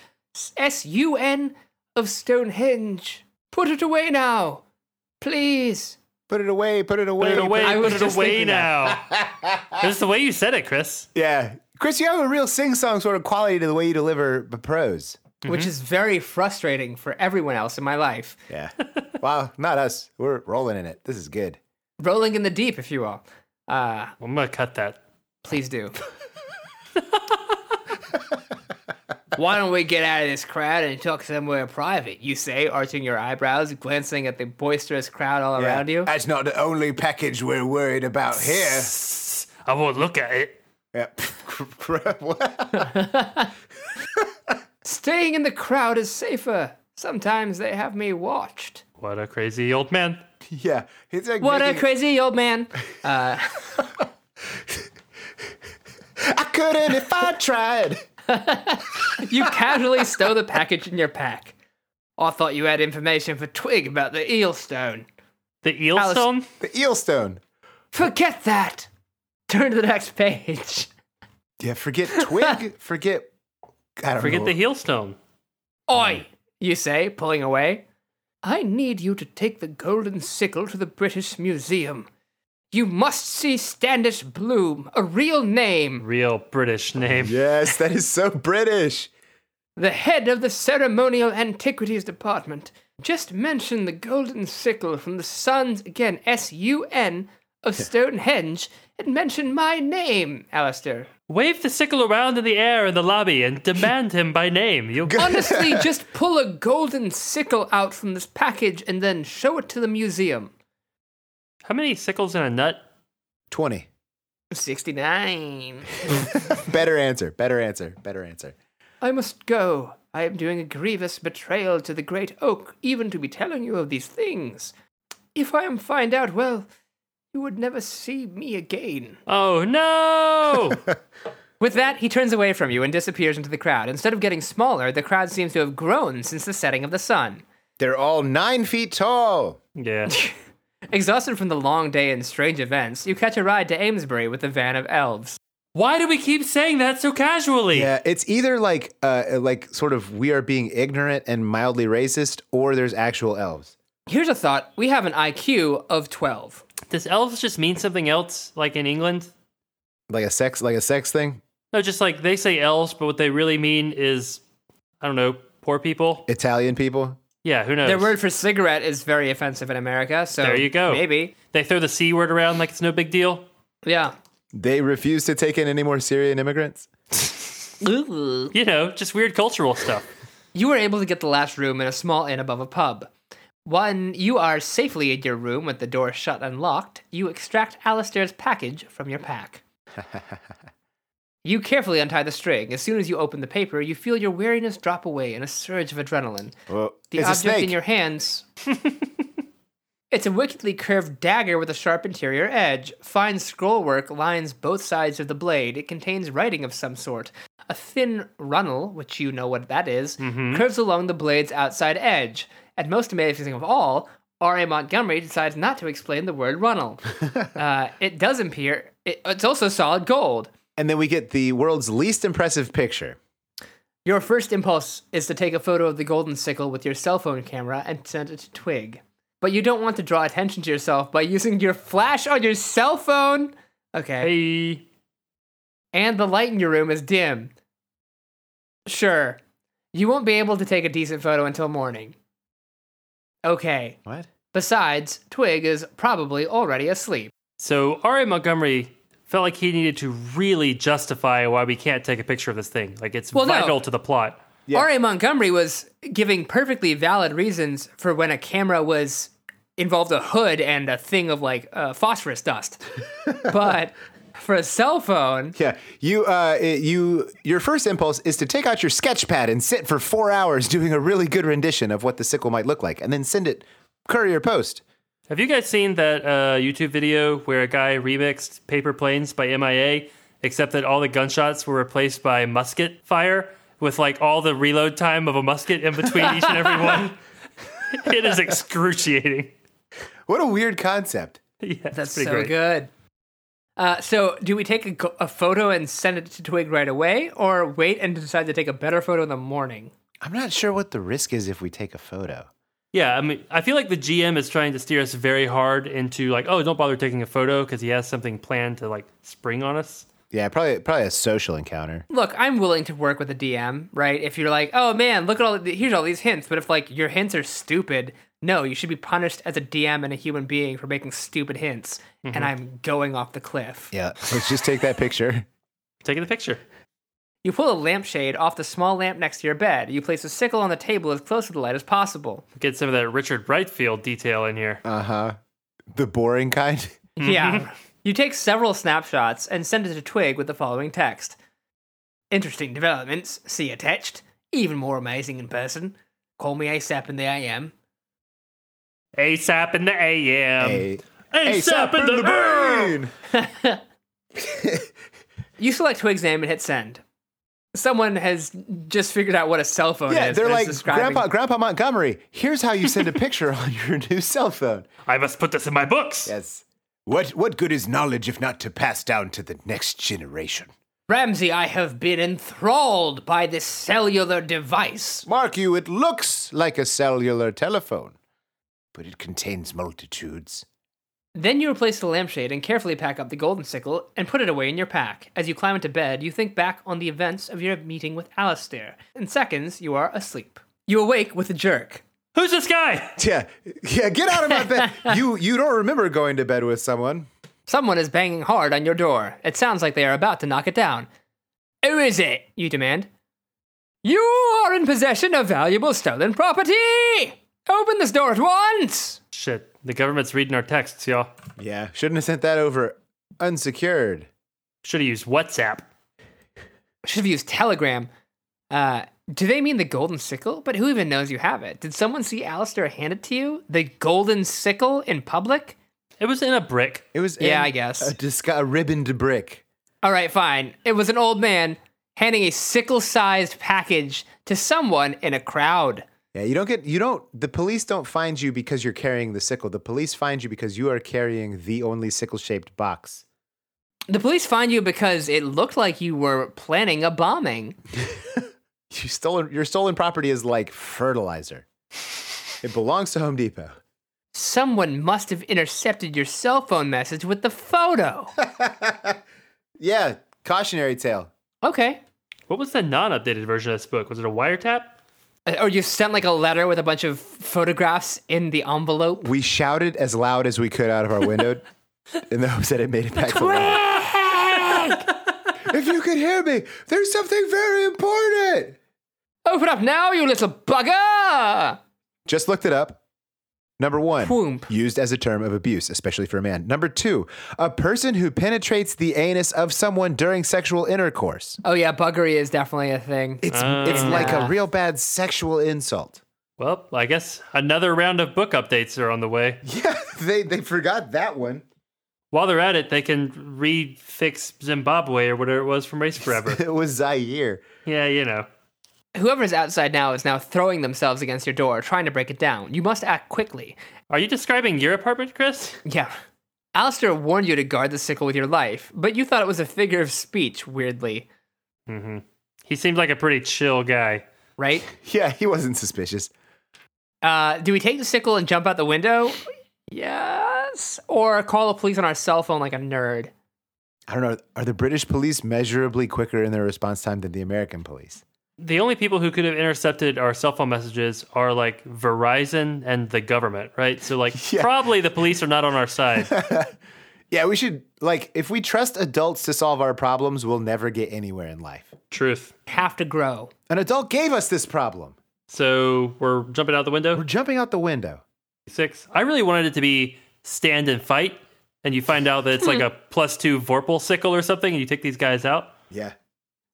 Speaker 3: S-U-N, of Stonehenge. Put it away now, please.
Speaker 2: put it away. Put it away.
Speaker 4: Put it away,
Speaker 3: I was
Speaker 4: put it
Speaker 3: just
Speaker 4: away
Speaker 3: thinking
Speaker 4: now. [LAUGHS] That's the way you said it, Chris.
Speaker 2: Yeah, Chris, you have a real sing-song sort of quality to the way you deliver the prose.
Speaker 3: Which is very frustrating for everyone else in my life.
Speaker 2: [LAUGHS] Yeah. wow, not us. We're rolling in it. This is good.
Speaker 3: Rolling in the deep, if you will. Uh,
Speaker 4: I'm gonna cut that.
Speaker 3: please do. Why don't we get out of this crowd and talk somewhere private? You say, arching your eyebrows, glancing at the boisterous crowd all around you.
Speaker 2: That's not the only package we're worried about here.
Speaker 4: I won't look at it.
Speaker 2: Yeah. [LAUGHS]
Speaker 3: Staying in the crowd is safer. Sometimes they have me watched.
Speaker 4: What a crazy old man.
Speaker 2: yeah. He's like
Speaker 3: What a
Speaker 2: making-
Speaker 3: crazy old [LAUGHS] man.
Speaker 2: I couldn't if I tried. [LAUGHS]
Speaker 3: You casually stow the package in your pack. I thought you had information for Twig about the eel stone.
Speaker 4: The eel
Speaker 3: Alice-
Speaker 4: stone?
Speaker 2: The eelstone.
Speaker 3: Forget that. Turn to the next page.
Speaker 2: Yeah, forget twig. forget. I don't
Speaker 4: Forget
Speaker 2: know.
Speaker 4: the heel stone.
Speaker 3: Oi, you say, pulling away. I need you to take the golden sickle to the British Museum. You must see Standish Bloom, a real name.
Speaker 4: Real British name.
Speaker 2: Yes, that is so British.
Speaker 3: the head of the ceremonial antiquities department. Just mention the golden sickle from the sons, again, S U N, of Stonehenge, and mention my name, Alistair.
Speaker 4: Wave the sickle around in the air in the lobby and demand him by name. You
Speaker 3: Honestly, just pull a golden sickle out from this package and then show it to the museum.
Speaker 4: [LAUGHS] How many sickles in a nut?
Speaker 2: Twenty.
Speaker 3: 69.
Speaker 2: Better answer. Better answer. Better answer.
Speaker 3: I must go. I am doing a grievous betrayal to the great oak, even to be telling you of these things. If I am find out, well, you would never see me again. [LAUGHS]
Speaker 4: Oh no!
Speaker 3: With that, he turns away from you and disappears into the crowd. Instead of getting smaller, the crowd seems to have grown since the setting of the sun.
Speaker 2: They're all nine feet tall.
Speaker 4: yeah.
Speaker 3: Exhausted from the long day and strange events, you catch a ride to Amesbury with the van of elves.
Speaker 4: Why do we keep saying that so casually?
Speaker 2: Yeah, it's either like uh like sort of we are being ignorant and mildly racist, or there's actual elves.
Speaker 3: Here's a thought. We have an IQ of 12.
Speaker 4: Does elves just mean something else, like in England?
Speaker 2: Like a sex, like a sex thing.
Speaker 4: No, just like they say elves, but what they really mean is, I don't know, poor people.
Speaker 2: Italian people.
Speaker 4: Yeah, who knows?
Speaker 3: Their word for cigarette is very offensive in America, so
Speaker 4: There you go.
Speaker 3: Maybe.
Speaker 4: they throw the c word around like it's no big deal.
Speaker 3: Yeah.
Speaker 2: They refuse to take in any more Syrian immigrants.
Speaker 3: Ooh.
Speaker 4: You know, just weird
Speaker 3: [LAUGHS]
Speaker 4: cultural stuff.
Speaker 3: You were able to get the last room in a small inn above a pub. When you are safely in your room with the door shut and locked, you extract Alistair's package from your pack. you carefully untie the string. As soon as you open the paper, you feel your weariness drop away in a surge of adrenaline.
Speaker 2: Well,
Speaker 3: The
Speaker 2: it's a
Speaker 3: object in
Speaker 2: snake.
Speaker 3: your hands. [LAUGHS] it's a wickedly curved dagger with a sharp interior edge. Fine scrollwork lines both sides of the blade. It contains writing of some sort. A thin runnel, which you know what that is,
Speaker 2: Mm-hmm.
Speaker 3: curves along the blade's outside edge. And most amazing of all, R.A. Montgomery decides not to explain the word
Speaker 2: [LAUGHS]
Speaker 3: runnel. uh, it does appear. It, it's also solid gold.
Speaker 2: and then we get the world's least impressive picture.
Speaker 3: Your first impulse is to take a photo of the golden sickle with your cell phone camera and send it to Twig. But you don't want to draw attention to yourself by using your flash on your cell phone. Okay.
Speaker 4: Hey,
Speaker 3: And the light in your room is dim. Sure. You won't be able to take a decent photo until morning. Okay.
Speaker 2: What?
Speaker 3: Besides, Twig is probably already asleep.
Speaker 4: So R.A. Montgomery felt like he needed to really justify why we can't take a picture of this thing. Like it's
Speaker 3: Well, no.
Speaker 4: vital to the plot.
Speaker 2: Yeah.
Speaker 3: R.A. Montgomery was giving perfectly valid reasons for when a camera was involved a hood and a thing of like uh, phosphorus dust. but for a cell phone,
Speaker 2: Yeah, you, uh, it- you, your first impulse is to take out your sketch pad and sit for four hours doing a really good rendition of what the sickle might look like, and then send it courier post.
Speaker 4: Have you guys seen that uh, YouTube video where a guy remixed Paper Planes by MIA, except that all the gunshots were replaced by musket fire with like all the reload time of a musket in between each and
Speaker 3: [LAUGHS]
Speaker 4: every one? It is excruciating. [LAUGHS]
Speaker 2: What a weird concept.
Speaker 4: Yeah,
Speaker 3: that's
Speaker 4: pretty
Speaker 3: so
Speaker 4: great.
Speaker 3: good. Uh, so, do we take a, go- a photo and send it to Twig right away, or wait and decide to take a better photo in the morning?
Speaker 2: I'm not sure what the risk is if we take a photo.
Speaker 4: Yeah, I mean, I feel like the GM is trying to steer us very hard into like, oh, don't bother taking a photo because he has something planned to like spring on us.
Speaker 2: Yeah, probably, probably a social encounter.
Speaker 3: Look, I'm willing to work with a DM, right? If you're like, oh man, look at all the, here's all these hints, but if like your hints are stupid, no, you should be punished as a DM and a human being for making stupid hints. And I'm going off the cliff.
Speaker 2: Yeah, [LAUGHS] let's just take that picture.
Speaker 4: Taking the picture.
Speaker 3: You pull a lampshade off the small lamp next to your bed. You place a sickle on the table as close to the light as possible.
Speaker 4: Get some of that Richard Brightfield detail in here.
Speaker 2: Uh huh. The boring kind.
Speaker 3: Yeah. You take several snapshots and send it to Twig with the following text Interesting developments, see attached. Even more amazing in person. Call me ASAP in the AM.
Speaker 4: ASAP in the AM.
Speaker 2: [LAUGHS] Hey.
Speaker 4: ASAP in the AM.
Speaker 3: You select Twig's name and hit send. Someone has just figured out what a cell phone
Speaker 2: Yeah,
Speaker 3: is.
Speaker 2: they're
Speaker 3: and is
Speaker 2: like
Speaker 3: describing-
Speaker 2: Grandpa, Grandpa Montgomery. Here's how you send a picture on your new cell phone.
Speaker 4: I must put this in my books.
Speaker 2: [LAUGHS] Yes. What what good is knowledge if not to pass down to the next generation?
Speaker 3: Ramsey, I have been enthralled by this cellular device.
Speaker 2: Mark you, it looks like a cellular telephone, but it contains multitudes.
Speaker 3: Then you replace the lampshade and carefully pack up the golden sickle and put it away in your pack. As you climb into bed, you think back on the events of your meeting with Alistair. In seconds, you are asleep. You awake with a jerk.
Speaker 4: Who's this guy?
Speaker 2: Yeah, yeah. Get out of my
Speaker 3: [LAUGHS]
Speaker 2: bed. you you don't remember going to bed with someone.
Speaker 3: Someone is banging hard on your door. It sounds like they are about to knock it down. Who is it? You demand. You are in possession of valuable stolen property! Open this door at once!
Speaker 4: Shit, the government's reading our texts, y'all.
Speaker 2: Yeah, shouldn't have sent that over unsecured.
Speaker 4: Should have used WhatsApp.
Speaker 3: Should have used telegram. Uh, do they mean the golden sickle? But who even knows you have it? Did someone see Alistair hand it to you? The golden sickle in public?
Speaker 4: It was in a brick.
Speaker 2: It was
Speaker 3: Yeah,
Speaker 2: in
Speaker 3: I guess.
Speaker 2: a, disca- a ribboned brick.
Speaker 3: All right, fine. It was an old man handing a sickle sized package to someone in a crowd.
Speaker 2: Yeah, you don't get you don't the police don't find you because you're carrying the sickle. The police find you because you are carrying the only sickle-shaped box.
Speaker 3: The police find you because it looked like you were planning a bombing.
Speaker 2: You stolen your stolen property is like fertilizer. It belongs to Home Depot.
Speaker 3: Someone must have intercepted your cell phone message with the photo.
Speaker 2: Yeah, cautionary tale.
Speaker 3: okay.
Speaker 4: What was the non-updated version of this book? Was it a wiretap?
Speaker 3: Uh, Or you sent like a letter with a bunch of photographs in the envelope.
Speaker 2: We shouted as loud as we could out of our
Speaker 3: [LAUGHS]
Speaker 2: window in the hopes that it made it back to life. if you could hear me, there's something very important.
Speaker 3: [LAUGHS] Open up now, you little bugger!
Speaker 2: Just looked it up. Number one,
Speaker 3: Whoomp.
Speaker 2: used as a term of abuse, especially for a man. Number two, a person who penetrates the anus of someone during sexual intercourse.
Speaker 3: Oh yeah, buggery is definitely a thing.
Speaker 2: It's it's
Speaker 4: Ah.
Speaker 2: like a real bad sexual insult.
Speaker 4: Well, I guess another round of book updates are on the way.
Speaker 2: [LAUGHS] Yeah, they they forgot that one.
Speaker 4: While they're at it, they can refix Zimbabwe or whatever it was from
Speaker 2: [LAUGHS]
Speaker 4: Race Forever.
Speaker 2: [LAUGHS] It was Zaire.
Speaker 4: yeah, you know.
Speaker 3: Whoever's outside now is now throwing themselves against your door, trying to break it down. You must act quickly.
Speaker 4: Are you describing your apartment, Chris?
Speaker 3: Yeah. Alistair warned you to guard the sickle with your life, but you thought it was a figure of speech, weirdly,
Speaker 4: He seemed like a pretty chill guy.
Speaker 3: right?
Speaker 2: Yeah, he wasn't suspicious.
Speaker 3: Uh, do we take the sickle and jump out the window? Yes. Or call the police on our cell phone like a nerd.
Speaker 2: I don't know. Are the British police measurably quicker in their response time than the American police?
Speaker 4: The only people who could have intercepted our cell phone messages are like Verizon and the government, right? So, like,
Speaker 2: [LAUGHS] Yeah.
Speaker 4: probably the police are not on our side.
Speaker 2: [LAUGHS] Yeah, we should like if we trust adults to solve our problems, we'll never get anywhere in life.
Speaker 4: Truth.
Speaker 3: Have to grow.
Speaker 2: An adult gave us this problem.
Speaker 4: So, we're jumping out the window.
Speaker 2: We're jumping out the window.
Speaker 4: Six. I really wanted it to be stand and fight, and you find out that it's
Speaker 2: [LAUGHS]
Speaker 4: like a plus two Vorpal sickle or something, and you take these guys out.
Speaker 2: Yeah.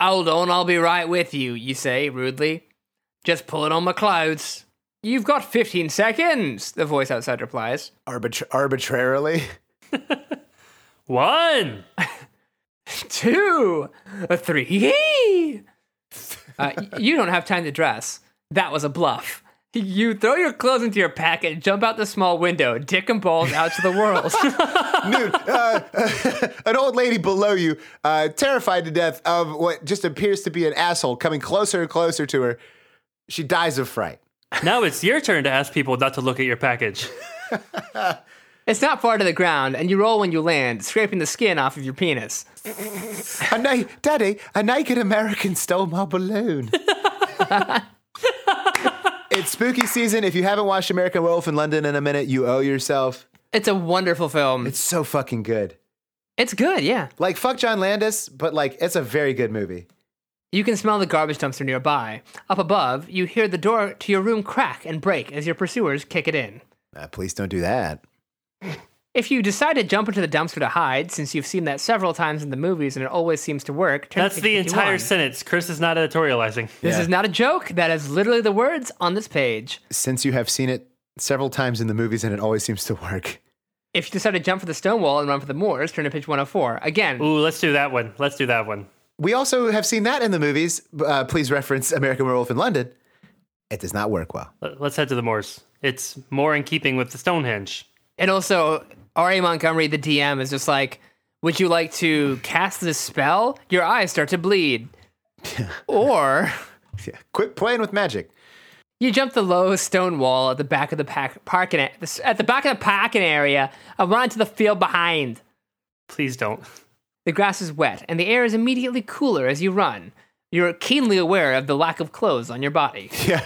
Speaker 3: Hold on, I'll be right with you, you say rudely. Just pull it on my clothes. You've got 15 seconds, the voice outside replies.
Speaker 2: Arbitra- arbitrarily.
Speaker 4: One.
Speaker 3: Two, a three. [LAUGHS] Uh, you don't have time to dress. That was a bluff. You throw your clothes into your packet, jump out the small window, dick and balls out to the world. [LAUGHS]
Speaker 2: Dude, uh, an old lady below you, uh, terrified to death of what just appears to be an asshole coming closer and closer to her. She dies of fright.
Speaker 4: Now it's your turn to ask people not to look at
Speaker 2: [LAUGHS]
Speaker 4: your package.
Speaker 3: It's not far to the ground, and you roll when you land, scraping the skin off of your penis.
Speaker 2: A na- Daddy, a naked American stole my balloon. it's spooky season. If you haven't watched American Werewolf in London in a minute, you owe yourself.
Speaker 3: It's a wonderful film. It's,
Speaker 2: It's so fucking good.
Speaker 3: good, yeah.
Speaker 2: Like, fuck John Landis, but like, it's a very good movie.
Speaker 3: You can smell the garbage dumpster nearby. Up above, you hear the door to your room crack and break as your pursuers kick it in.
Speaker 2: Uh, please don't do that.
Speaker 3: If you decide to jump into the dumpster to hide, since you've seen that several times in the movies and it always seems to work, turn to
Speaker 4: That's the
Speaker 3: page
Speaker 4: entire
Speaker 3: 51.
Speaker 4: sentence. Chris is not editorializing.
Speaker 3: This
Speaker 2: Yeah.
Speaker 3: is not a joke. That is literally the words on this page.
Speaker 2: Since you have seen it several times in the movies and it always seems to work.
Speaker 3: If you decide to jump for the stone wall and run for the moors, turn to page 104. Again,
Speaker 4: Ooh, let's do that one. Let's do that one.
Speaker 2: We also have seen that in the movies. Uh, please reference American Werewolf in London. It does not work well.
Speaker 4: Let- Let's head to the moors. It's more in keeping with the Stonehenge.
Speaker 3: And also, R.A. Montgomery, the DM, is just like, Would you like to cast this spell? Your eyes start to bleed. or
Speaker 2: Yeah. Quit playing with magic.
Speaker 3: you jump the low stone wall at the back of the pack, parking at the, s- at the back of the parking area and run into the field behind.
Speaker 4: Please don't.
Speaker 3: The grass is wet, and the air is immediately cooler as you run. You're keenly aware of the lack of clothes on your body.
Speaker 2: Yeah.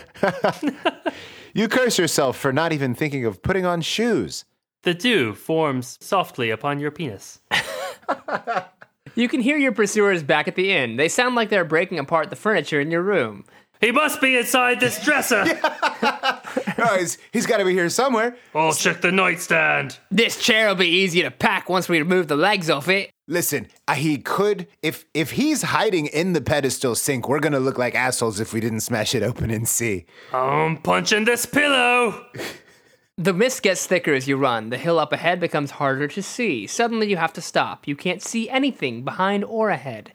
Speaker 2: you curse yourself for not even thinking of putting on shoes.
Speaker 4: The dew forms softly upon your penis.
Speaker 3: You can hear your pursuers back at the inn. They sound like they're breaking apart the furniture in your room.
Speaker 4: He must be inside this dresser.
Speaker 2: Oh, he's, he's got to be here somewhere.
Speaker 4: Oh, check the nightstand.
Speaker 3: This chair will be easier to pack once we remove the legs off it.
Speaker 2: Listen, uh, he could if if he's hiding in the pedestal sink, we're gonna look like assholes if we didn't smash it open and see.
Speaker 4: I'm punching this pillow.
Speaker 3: The mist gets thicker as you run. The hill up ahead becomes harder to see. Suddenly, you have to stop. You can't see anything behind or ahead.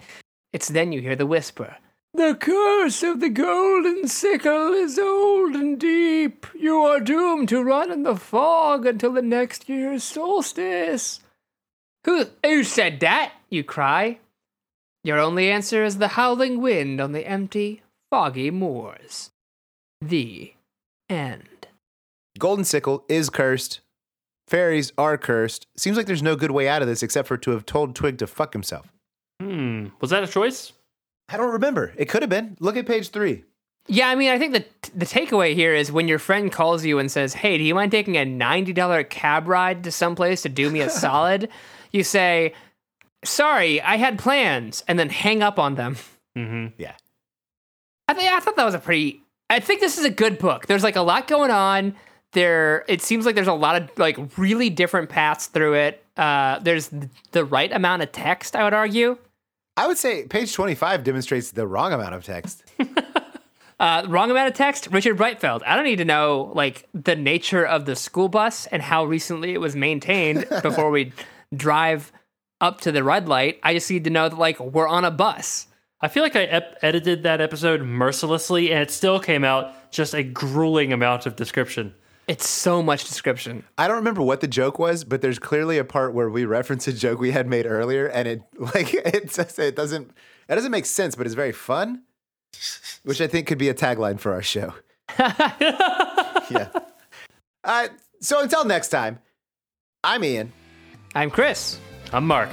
Speaker 3: It's then you hear the whisper The curse of the golden sickle is old and deep. You are doomed to run in the fog until the next year's solstice. Who, who said that? You cry. Your only answer is the howling wind on the empty, foggy moors. The end.
Speaker 2: Golden sickle is cursed. Fairies are cursed. Seems like there's no good way out of this except for to have told Twig to fuck himself.
Speaker 4: Hmm. Was that a choice?
Speaker 2: I don't remember. It could have been. Look at page three.
Speaker 3: Yeah, I mean, I think the the takeaway here is when your friend calls you and says, "Hey, do you mind taking a ninety dollar cab ride to someplace to do me a solid?" You say, "Sorry, I had plans," and then hang up on them.
Speaker 2: Yeah.
Speaker 3: I think I thought that was a pretty. I think this is a good book. There's like a lot going on. There, it seems like there's a lot of like really different paths through it. Uh, there's th- the right amount of text, I would argue.
Speaker 2: I would say page 25 demonstrates the wrong amount of text.
Speaker 3: Uh, wrong amount of text. Richard Breitfeld. I don't need to know like the nature of the school bus and how recently it was maintained before we drive up to the red light. I just need to know that like we're on a bus.
Speaker 4: I feel like I ep- edited that episode mercilessly, and it still came out just a grueling amount of description.
Speaker 3: It's so much description.
Speaker 2: I don't remember what the joke was, but there's clearly a part where we reference a joke we had made earlier, and it [LAUGHS] like it says it doesn't that doesn't make sense, but it's very fun, which I think could be a tagline for our show. yeah. Uh, so until next time, I'm Ian,
Speaker 3: I'm Chris.
Speaker 4: I'm Mark,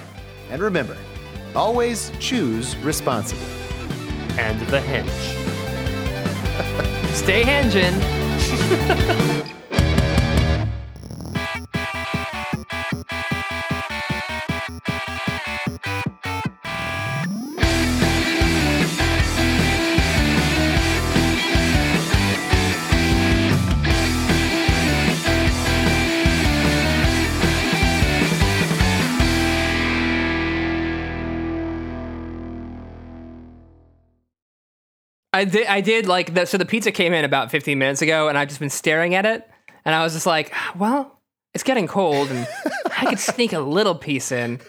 Speaker 2: and remember, always choose responsibly.
Speaker 4: and the hench.
Speaker 3: Stay hinging. I did. I did like the, so. The pizza came in about 15 minutes ago, and I've just been staring at it, and I was just like, "Well, it's getting cold, and I could sneak a little piece in."